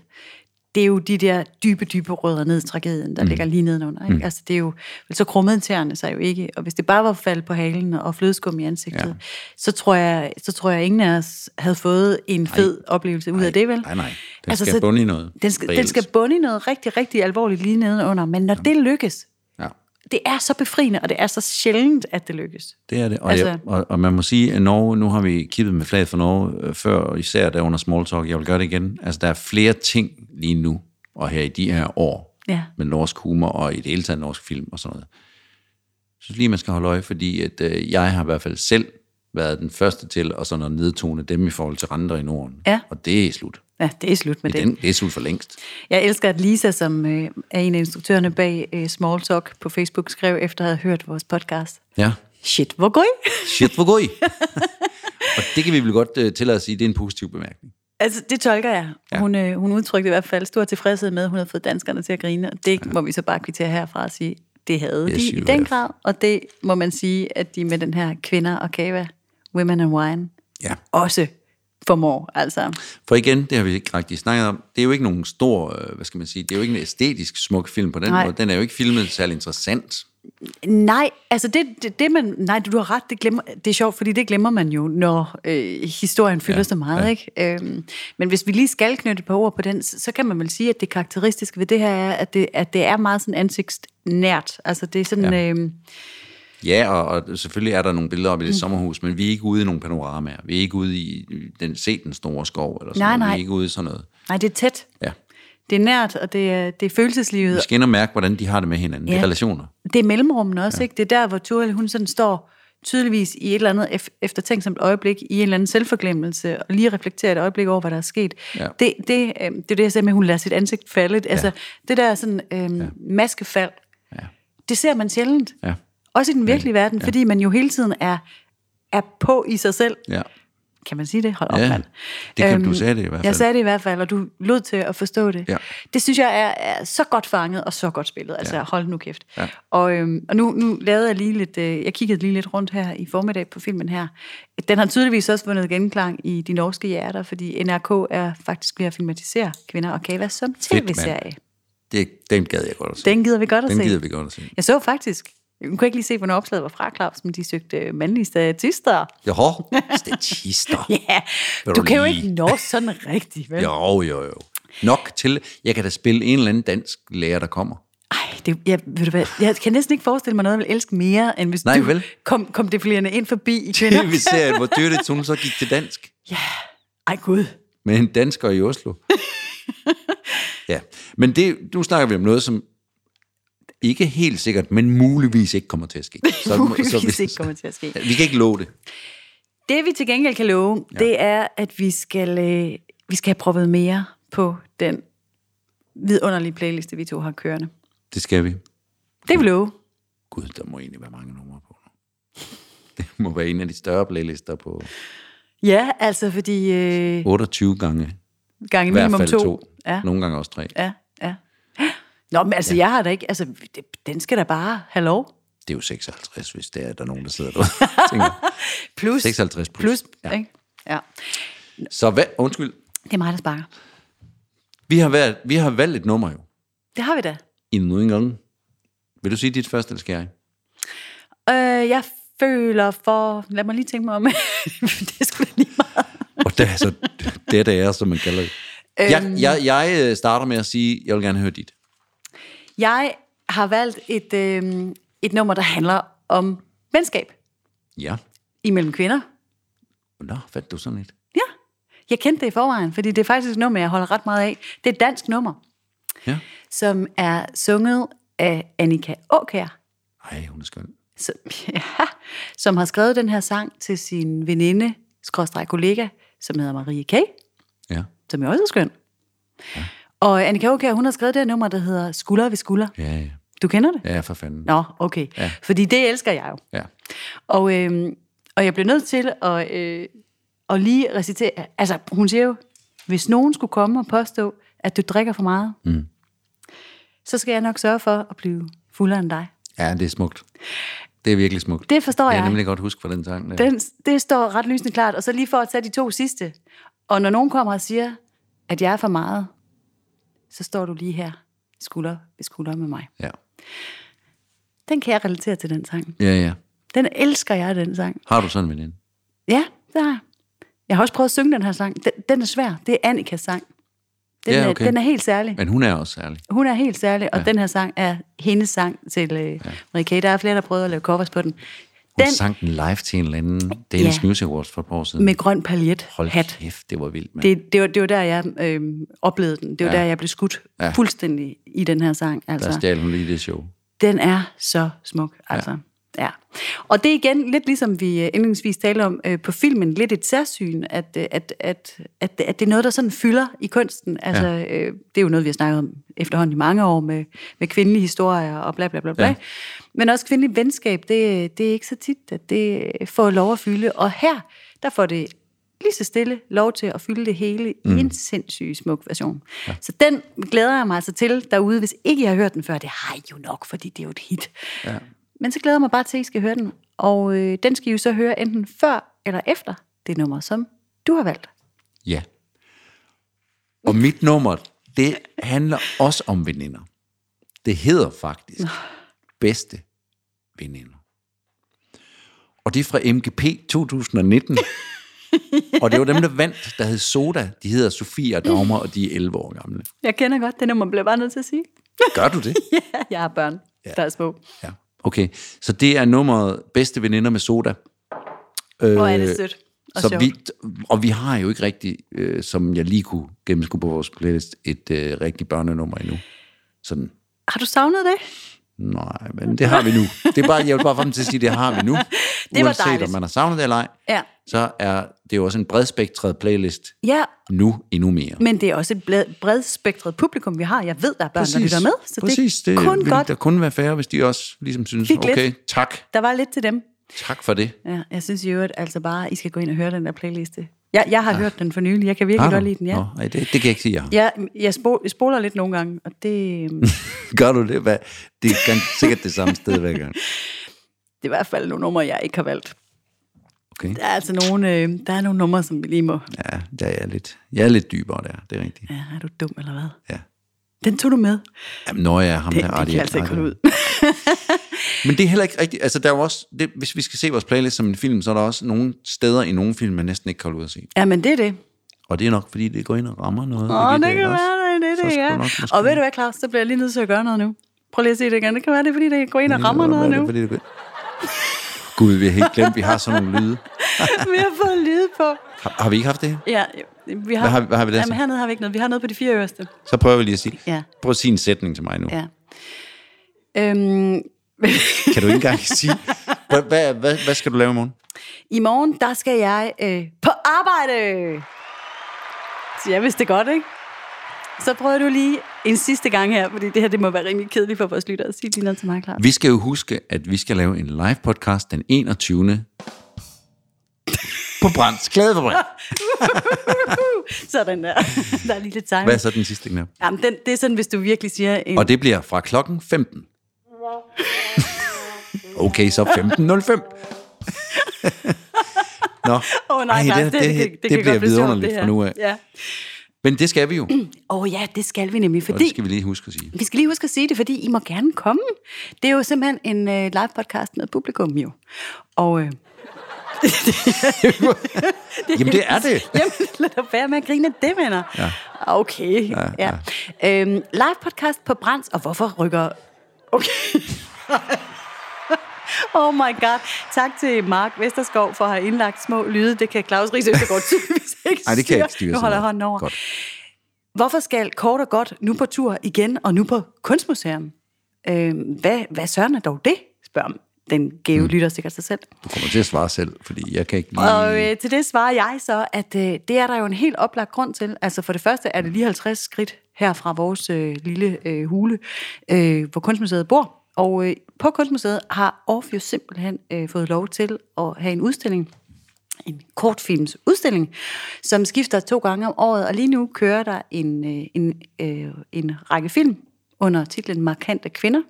S2: det er jo de der dybe, dybe rødder ned i tragedien, der mm. ligger lige nedenunder. Ikke? Mm. Altså, det er jo, vel, så krummede tæerne sig jo ikke, og hvis det bare var fald på halen og flødeskum i ansigtet,
S1: Ja.
S2: ja. så, tror jeg, så tror jeg, ingen af os havde fået en fed oplevelse ud af det, vel? Altså,
S1: nej, nej. Den skal bunde i noget
S2: Den skal, den
S1: reelt.
S2: skal bunde i noget rigtig, rigtig alvorligt lige nedenunder. Men når det lykkes,
S1: Ja.
S2: det er så befriende, og det er så sjældent, at det lykkes.
S1: Det er det, og, altså,
S2: Altså-
S1: jeg, og, og man må sige, at Norge, nu har vi kippet med flaget for Norge øh, før, og især der under small talk, jeg vil gøre det igen. Altså, der er flere ting lige nu, og her i de her år,
S2: Ja.
S1: med norsk humor og i det hele taget norsk film og sådan noget. Jeg synes lige, man skal holde øje, fordi at, øh, jeg har i hvert fald selv været den første til at, sådan at nedtone dem i forhold til andre i Norden.
S2: Ja.
S1: Og det er slut.
S2: Ja, det er slut med
S1: Det,
S2: det.
S1: den, det er slut for længst.
S2: Jeg elsker, at Lisa, som øh, er en af instruktørerne bag øh, Small Talk på Facebook, skrev efter at have hørt vores podcast.
S1: Ja.
S2: Shit, hvor går I?
S1: Shit, hvor god I. og det kan vi vel godt øh, tillade os at sige, det er en positiv bemærkning.
S2: Altså, det tolker jeg. Ja. Hun, øh, hun udtrykte i hvert fald stor tilfredshed med, at hun havde fået danskerne til at grine, og det ja. må vi så bare kvittere herfra og sige, Det havde
S1: Yes,
S2: yes, de
S1: you
S2: i den
S1: have.
S2: grad, og det må man sige, at de med den her kvinder og kava, women and wine,
S1: Ja.
S2: også formår. Altså,
S1: For igen, det har vi ikke rigtig snakket om, det er jo ikke nogen stor, øh, hvad skal man sige, det er jo ikke en æstetisk smuk film på den
S2: Nej.
S1: måde. Den er jo ikke filmet særlig interessant.
S2: Nej, altså det, det, det man, nej, du har ret, det, glemmer, det er sjovt, fordi det glemmer man jo, når øh, historien fylder ja, så meget. Ja. Ikke? Øhm, men hvis vi lige skal knytte et par ord på den, så, så kan man vel sige, at det karakteristiske ved det her er, at det, at det er meget sådan ansigtsnært. Altså det er sådan, ja. øhm,
S1: Ja, og, og selvfølgelig er der nogle billeder op i det mm. sommerhus, men vi er ikke ude i nogle panoramaer. Vi er ikke ude i den, se den store skov, eller sådan
S2: Nej,
S1: noget. Vi
S2: nej.
S1: er ikke ude i sådan noget.
S2: nej, det er tæt,
S1: Ja.
S2: det er nært, og det er, det er følelseslivet,
S1: Vi skal ind og mærke, hvordan de har det med hinanden. Ja. Det
S2: Ja.
S1: er relationer.
S2: det er mellemrummene også, ja. ikke? Det er der, hvor Turel, hun sådan står tydeligvis i et eller andet ef- eftertænksomt øjeblik, i en eller anden selvforglemmelse, og lige reflekterer et øjeblik over, hvad der er sket.
S1: Ja.
S2: Det, det, øh, det er jo det, jeg sagde med, at hun lader sit ansigt falde. Altså, det der sådan øh, ja. maskefald,
S1: Ja.
S2: det ser man sjældent.
S1: Ja.
S2: Også i den virkelige verden, ja. fordi man jo hele tiden er, er på i sig selv.
S1: Ja.
S2: Kan man sige det? Hold op,
S1: Ja.
S2: mand. Øhm,
S1: Det kan- du sagde det i hvert fald.
S2: Jeg sagde det i hvert fald, og du lod til at forstå det.
S1: Ja.
S2: Det synes jeg er, er så godt fanget og så godt spillet. Altså, ja. hold nu kæft.
S1: Ja.
S2: Og, øhm, og nu, nu lavede jeg lige lidt... Øh, jeg kiggede lige lidt rundt her i formiddag på filmen her. Den har tydeligvis også vundet genklang i de norske hjerter, fordi NRK er faktisk ved at filmatisere Kvinder og Kava som
S1: Fedt, mand.
S2: tv-serie.
S1: Det, den gad jeg godt at se.
S2: Den gider vi godt at
S1: den
S2: se.
S1: gider vi godt at se.
S2: Jeg så faktisk... Nu kunne jeg ikke lige se, hvornår opslaget var fra, Claus, men de søgte øh, mandlige statister.
S1: Jo, statister.
S2: Ja,
S1: Vil
S2: du
S1: du
S2: kan jo
S1: lige-
S2: ikke nå sådan rigtigt, vel?
S1: Jo, jo, jo. Nok til, jeg kan da spille en eller anden dansk lærer, der kommer.
S2: Ej, det, jeg, ved du hvad, jeg kan næsten ikke forestille mig noget, jeg vil elske mere, end hvis
S1: Nej,
S2: du
S1: vel?
S2: kom, kom defilerende ind forbi i kvinder.
S1: Vi ser, hvor dyrligt hun så gik til dansk.
S2: Ej, Gud.
S1: Med en dansker i Oslo. Ja, men det, nu snakker vi om noget, som ikke helt sikkert, men muligvis ikke kommer til at ske. Så,
S2: Muligvis ikke kommer til at ske.
S1: Vi kan ikke love det.
S2: Det vi til gengæld kan love, ja. det er, at vi skal, øh, vi skal have proppet mere på den vidunderlige playliste, vi to har kørende.
S1: Det skal vi.
S2: Det vil love.
S1: Gud, der må egentlig være mange numre på. Det må være en af de større playlister på
S2: Ja, altså fordi øh,
S1: 28 gange. I
S2: gange
S1: hvert
S2: minimum
S1: fald
S2: to.
S1: to.
S2: Ja,
S1: Nogle gange også tre.
S2: ja, ja. Nå, men altså, ja. jeg har da ikke... Altså, det, den skal da bare have lov.
S1: Det er jo 56, hvis der er, der er nogen, der sidder derude. og tænker,
S2: Plus.
S1: 56 plus.
S2: Plus,
S1: Ja.
S2: ja. ikke? Ja.
S1: Så hvad, undskyld,
S2: Det er mig, der sparker.
S1: vi har, valgt, vi har valgt et nummer jo.
S2: Det har vi da.
S1: Endnu en gang. Vil du sige dit første, eller skal jeg?
S2: Øh, jeg føler for... Lad mig lige tænke mig om. det er sgu da lige meget.
S1: Og det er så det, det er, som man kalder det.
S2: Øhm.
S1: Jeg, jeg, jeg øh, starter med at sige, jeg vil gerne høre dit.
S2: Jeg har valgt et, øh, et nummer, der handler om venskab
S1: Ja.
S2: imellem kvinder.
S1: Nå, fandt du sådan et?
S2: Ja. Jeg kendte det i forvejen, fordi det er faktisk et nummer, jeg holder ret meget af. Det er et dansk nummer,
S1: Ja.
S2: som er sunget af Annika Åkær.
S1: Ej, hun er skøn.
S2: som, ja, som har skrevet den her sang til sin veninde, skråstreg kollega, som hedder Marie K.,
S1: Ja.
S2: som jo også er skøn. Og Annika Aukær, hun har skrevet det her nummer, der hedder Skulder ved skulder.
S1: Ja, ja.
S2: Du kender det?
S1: Ja, for fanden.
S2: Nå, okay. Ja. Fordi det elsker jeg jo.
S1: Ja.
S2: Og, øh, og jeg blev nødt til at, øh, at lige recitere. Altså, hun siger jo, hvis nogen skulle komme og påstå, at du drikker for meget, mm. så skal jeg nok sørge for at blive fuldere end dig.
S1: Ja, det er smukt. Det er virkelig smukt.
S2: Det forstår
S1: jeg
S2: jeg.
S1: kan nemlig godt huske for den sang. Der.
S2: Den, det står ret lysende klart. Og så lige for at tage de to sidste. Og når nogen kommer og siger, at jeg er for meget, så står du lige her, skulder ved skulder med mig.
S1: Ja.
S2: Den kan jeg relatere til, den sang.
S1: ja, ja.
S2: Den elsker jeg, den sang.
S1: Har du sådan en veninde?
S2: Ja, det har jeg. Jeg har også prøvet at synge den her sang. Den, den er svær. Det er Annikas sang. Den,
S1: Ja,
S2: er,
S1: okay.
S2: den er helt særlig.
S1: Men hun er også særlig.
S2: Hun er helt særlig, og ja. den her sang er hendes sang til øh, Marie K. Der er flere, der prøvede at lave covers på den.
S1: Hun
S2: Den
S1: sang den live til en eller anden Danish
S2: Ja.
S1: Music Awards for et par år siden.
S2: med grøn paljet
S1: Hold
S2: hat.
S1: kæft, det var vildt, mand.
S2: det, det, var, det var der, jeg øh, oplevede den. Det var ja. der, jeg blev skudt ja. fuldstændig i den her sang.
S1: Der
S2: Altså,
S1: stjal hun lige det show.
S2: den er så smuk. Altså. Ja. ja. Og det er igen lidt ligesom vi øh, indledningsvis talte om øh, på filmen, lidt et særsyn, at, øh, at, at, at, at det er noget, der sådan fylder i kunsten. Altså, ja. øh, det er jo noget, vi har snakket om efterhånden i mange år med, med kvindelige historier og bla bla bla bla.
S1: Ja.
S2: Ja. Men også kvindelig venskab, det, det er ikke så tit, at det øh, får lov at fylde. Og her, der får det lige så stille lov til at fylde det hele mm. i en sindssygt smuk version. Ja. Så den glæder jeg mig altså til derude, hvis ikke I har hørt den før. Det har I jo nok, fordi det er jo et hit. Ja. Men så glæder jeg mig bare til, at I skal høre den. Og øh, den skal I jo så høre enten før eller efter det nummer, som du har valgt.
S1: Ja. Og mit nummer, det handler også om veninder. Det hedder faktisk bedste veninder. Og det er fra MGP 2019. og det var dem, der vandt, der hed Soda. De hedder Sofie og Dagmar, og de er 11 år gamle.
S2: Jeg kender godt det nummer, bliver bare nødt til at sige.
S1: Gør du det?
S2: ja, jeg har børn, ja. der er små.
S1: Ja. Okay, så det er nummeret Bedste Veninder med Soda. Øh,
S2: Hvor er det sødt. Og
S1: Så
S2: sjovt.
S1: vi, og vi har jo ikke rigtig, øh, som jeg lige kunne gennemskue på vores playlist, et øh, rigtigt børnenummer endnu. Sådan,
S2: Har du savnet det?
S1: nej, men det har vi nu. Det er bare, jeg vil bare frem til at sige, det har vi nu.
S2: var
S1: Uanset
S2: dejligt.
S1: om man har savnet det eller ej,
S2: Ja.
S1: så er det jo også en bredspektret playlist
S2: Ja,
S1: nu endnu mere.
S2: men det er også et blad- bredspektret publikum, vi har. Jeg ved, der er børn, Præcis. der lytter med, så
S1: Præcis,
S2: det er kun
S1: ville
S2: godt.
S1: der kun være færre, hvis de også ligesom synes,
S2: Fik lidt.
S1: okay, tak,
S2: Der var lidt til dem.
S1: tak for det.
S2: Ja, jeg synes i øvrigt altså bare, I skal gå ind og høre den der playliste. Jeg, jeg har ja. hørt den for nylig, jeg kan virkelig
S1: Ah. Har
S2: godt
S1: du?
S2: lide den, ja.
S1: Nå, ej, det, det kan jeg ikke sige, jeg har.
S2: Jeg, jeg, spo, jeg spoler lidt nogle gange, og det, øhm, det
S1: Gør du det? Hvad? Det er gan- sikkert det samme sted hver gang.
S2: er i hvert fald nogle numre, jeg ikke har valgt.
S1: Okay.
S2: Der er altså nogle, øh, der er nogle numre, som vi lige må...
S1: Ja, der er jeg lidt, jeg er lidt dybere der, det er rigtigt.
S2: Ja, er du dum eller hvad?
S1: Ja.
S2: Den tog du med.
S1: Jamen, når jeg er ham
S2: Den,
S1: der
S2: den kan
S1: Adi-
S2: jeg altså ikke
S1: Adi-
S2: holde ud.
S1: Men det er heller ikke rigtigt. Altså, der er jo også, det, hvis vi skal se vores playlist som en film, så er der også nogle steder i nogle film, man næsten ikke kan holde ud at se.
S2: Ja, men det er det.
S1: Og det er nok, fordi det går ind og rammer noget.
S2: Åh,
S1: ved
S2: det,
S1: vi
S2: det kan
S1: også.
S2: være, det er
S1: Så
S2: det, det
S1: skulle
S2: ja.
S1: nok måske-
S2: Og ved du hvad, Claus, så bliver jeg lige nødt til at gøre noget nu. Prøv lige at se det igen. Det kan være, det er, fordi det går ind og rammer
S1: Hvad er
S2: noget
S1: det,
S2: nu.
S1: fordi det går- Gud, vi har helt glemt, vi har sådan nogle lyde.
S2: Vi har fået lyd på.
S1: Har, har vi ikke haft det?
S2: Ja, vi har,
S1: Hvad har vi- hvad har vi der så?
S2: Jamen, hernede har vi ikke noget. Vi har noget på de fire øverste.
S1: Så prøver vi lige at sige.
S2: Ja.
S1: Prøv at sige en sætning til mig nu.
S2: Ja. Øhm,
S1: Kan du ikke engang sige... Hvad, hvad, hvad, hvad skal du lave i morgen?
S2: I morgen, der skal jeg øh, på arbejde. Så jeg vidste det godt, ikke? Så prøver du lige en sidste gang her, fordi det her det må være rimelig kedeligt for vores lyttere. Sig lige noget til mig, Claus.
S1: Vi skal jo huske, at vi skal lave en live podcast den 21. på Brands. Glæde for Brands.
S2: Sådan der. Der er lige lidt time.
S1: Hvad er så den sidste knap?
S2: Jamen, den, det er sådan, hvis du virkelig siger en...
S1: Og det bliver fra klokken 15. Okay, så 15.05. Nå,
S2: Åh oh, nej,
S1: Ej,
S2: Ej,
S1: det, det, det, det, det bliver vidunderligt fra nu af.
S2: Åh ja.
S1: Men det skal vi jo, og
S2: Oh, ja, det skal vi nemlig, fordi...
S1: det skal vi lige huske at sige.
S2: Vi skal lige huske at sige det, fordi I må gerne komme. Det er jo simpelthen en øh, live podcast med publikum jo. Og øh,
S1: Jamen, det er det.
S2: jamen, lad dig være med at grine af det, venner. Ja. Okay, ja. ja. Øhm, live podcast på Brands, og hvorfor rykker... Okay. Oh my god. Tak til Mark Vesterskov for at have indlagt små lyde. Det kan Claus Ries Østergaard tydeligvis ikke
S1: Nej, det kan jeg ikke styre.
S2: Nu
S1: så
S2: holder jeg
S1: meget.
S2: hånden over.
S1: Godt.
S2: Hvorfor skal kort og godt nu på tur igen, og nu på kunstmuseum? Øh, hvad, hvad søren er dog det, spørger den gave mm. lytter sikkert sig selv.
S1: Du kommer til at svare selv, fordi jeg kan ikke lige...
S2: Og øh, til det svarer jeg så, at øh, det er der jo en helt oplagt grund til. Altså for det første er det lige 50 skridt her fra vores øh, lille øh, hule, øh, hvor Kunstmuseet bor. Og øh, på Kunstmuseet har Orpheus simpelthen øh, fået lov til at have en udstilling en kortfilms udstilling, som skifter to gange om året, og lige nu kører der en, øh, en, øh, en række film under titlen Markante kvinder,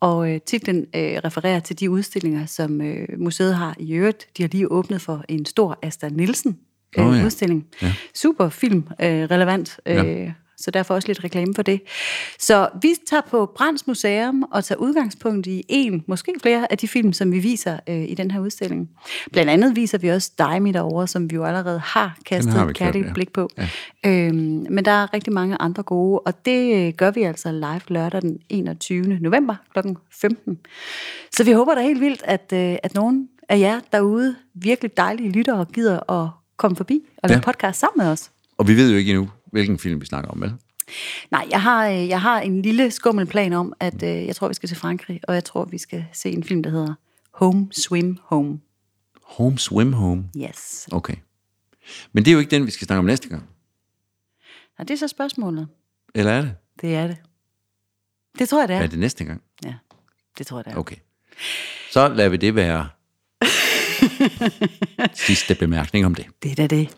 S2: og øh, titlen øh, refererer til de udstillinger, som øh, museet har i øvrigt. De har lige åbnet for en stor Asta Nielsen øh,
S1: Nå
S2: oh,
S1: ja.
S2: ja. udstilling. Ja. Super film, øh, relevant, øh, ja. så derfor også lidt reklame for det. Så vi tager på Brands Museum og tager udgangspunkt i en, måske flere af de film, som vi viser øh, i den her udstilling. Blandt andet viser vi også Daimi derovre, som vi jo allerede har kastet
S1: har vi
S2: har
S1: kørt,
S2: kærligt
S1: ja.
S2: ja. blik på. Ja. Øhm, men der er rigtig mange andre gode, og det øh, gør vi altså live lørdag den 21. november kl. 15. Så vi håber da helt vildt, at, øh, at nogen af jer derude, virkelig dejlige lyttere, gider at komme forbi og lave
S1: Ja.
S2: ja. podcast sammen med os.
S1: Og vi ved jo ikke endnu, hvilken film vi snakker om, vel?
S2: Nej, jeg har, øh, jeg har en lille skummel plan om, at øh, jeg tror, vi skal til Frankrig, og jeg tror, vi skal se en film, der hedder Home Swim Home.
S1: Home Swim Home.
S2: Yes.
S1: Okay. Men det er jo ikke den, vi skal snakke om næste gang.
S2: Og det er så spørgsmålet.
S1: Eller er det?
S2: Det er det. Det tror jeg, det
S1: Ja. Er
S2: er.
S1: det næste gang?
S2: Ja, det tror jeg, det er.
S1: Okay. Så lader vi det være Sidste bemærkning om det.
S2: Det er da det.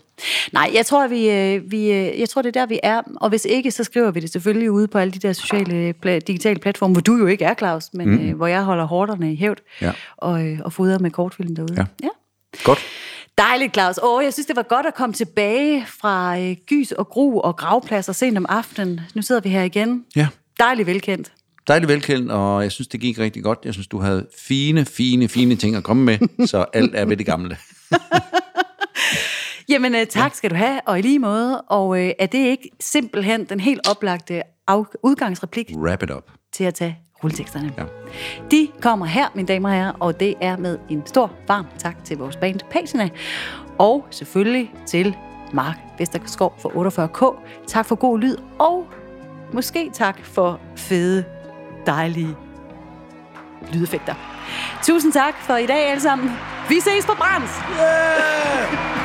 S2: Nej, jeg tror, vi, øh, vi, øh, jeg tror, det er der, vi er. Og hvis ikke, så skriver vi det selvfølgelig ude på alle de der sociale pla- digitale platforme, hvor du jo ikke er, Claus, men mm. øh, hvor jeg holder hårderne i hævd
S1: Ja.
S2: og, øh, og fodrer med kortfilm derude.
S1: Ja.
S2: ja.
S1: Godt.
S2: Dejligt, Claus. Åh, jeg synes, det var godt at komme tilbage fra øh, gys og gru og gravpladser sent om aftenen. Nu sidder vi her igen.
S1: Ja.
S2: Dejligt velkendt.
S1: Dejligt velkendt, og jeg synes, det gik rigtig godt. Jeg synes, du havde fine, fine, fine ting at komme med, så alt er ved det gamle.
S2: Jamen, øh, tak skal du have, og i lige måde. Og øh, er det ikke simpelthen den helt oplagte af- udgangsreplik
S1: Wrap it up.
S2: til at tage rulleteksterne?
S1: Ja.
S2: De kommer her, mine damer og herrer, og det er med en stor varm tak til vores band Patina, og selvfølgelig til Mark Vesterskov for 48K. Tak for god lyd, og måske tak for fede, dejlige lydeffekter. Tusind tak for i dag alle sammen. Vi ses på Brands!
S1: Yeah!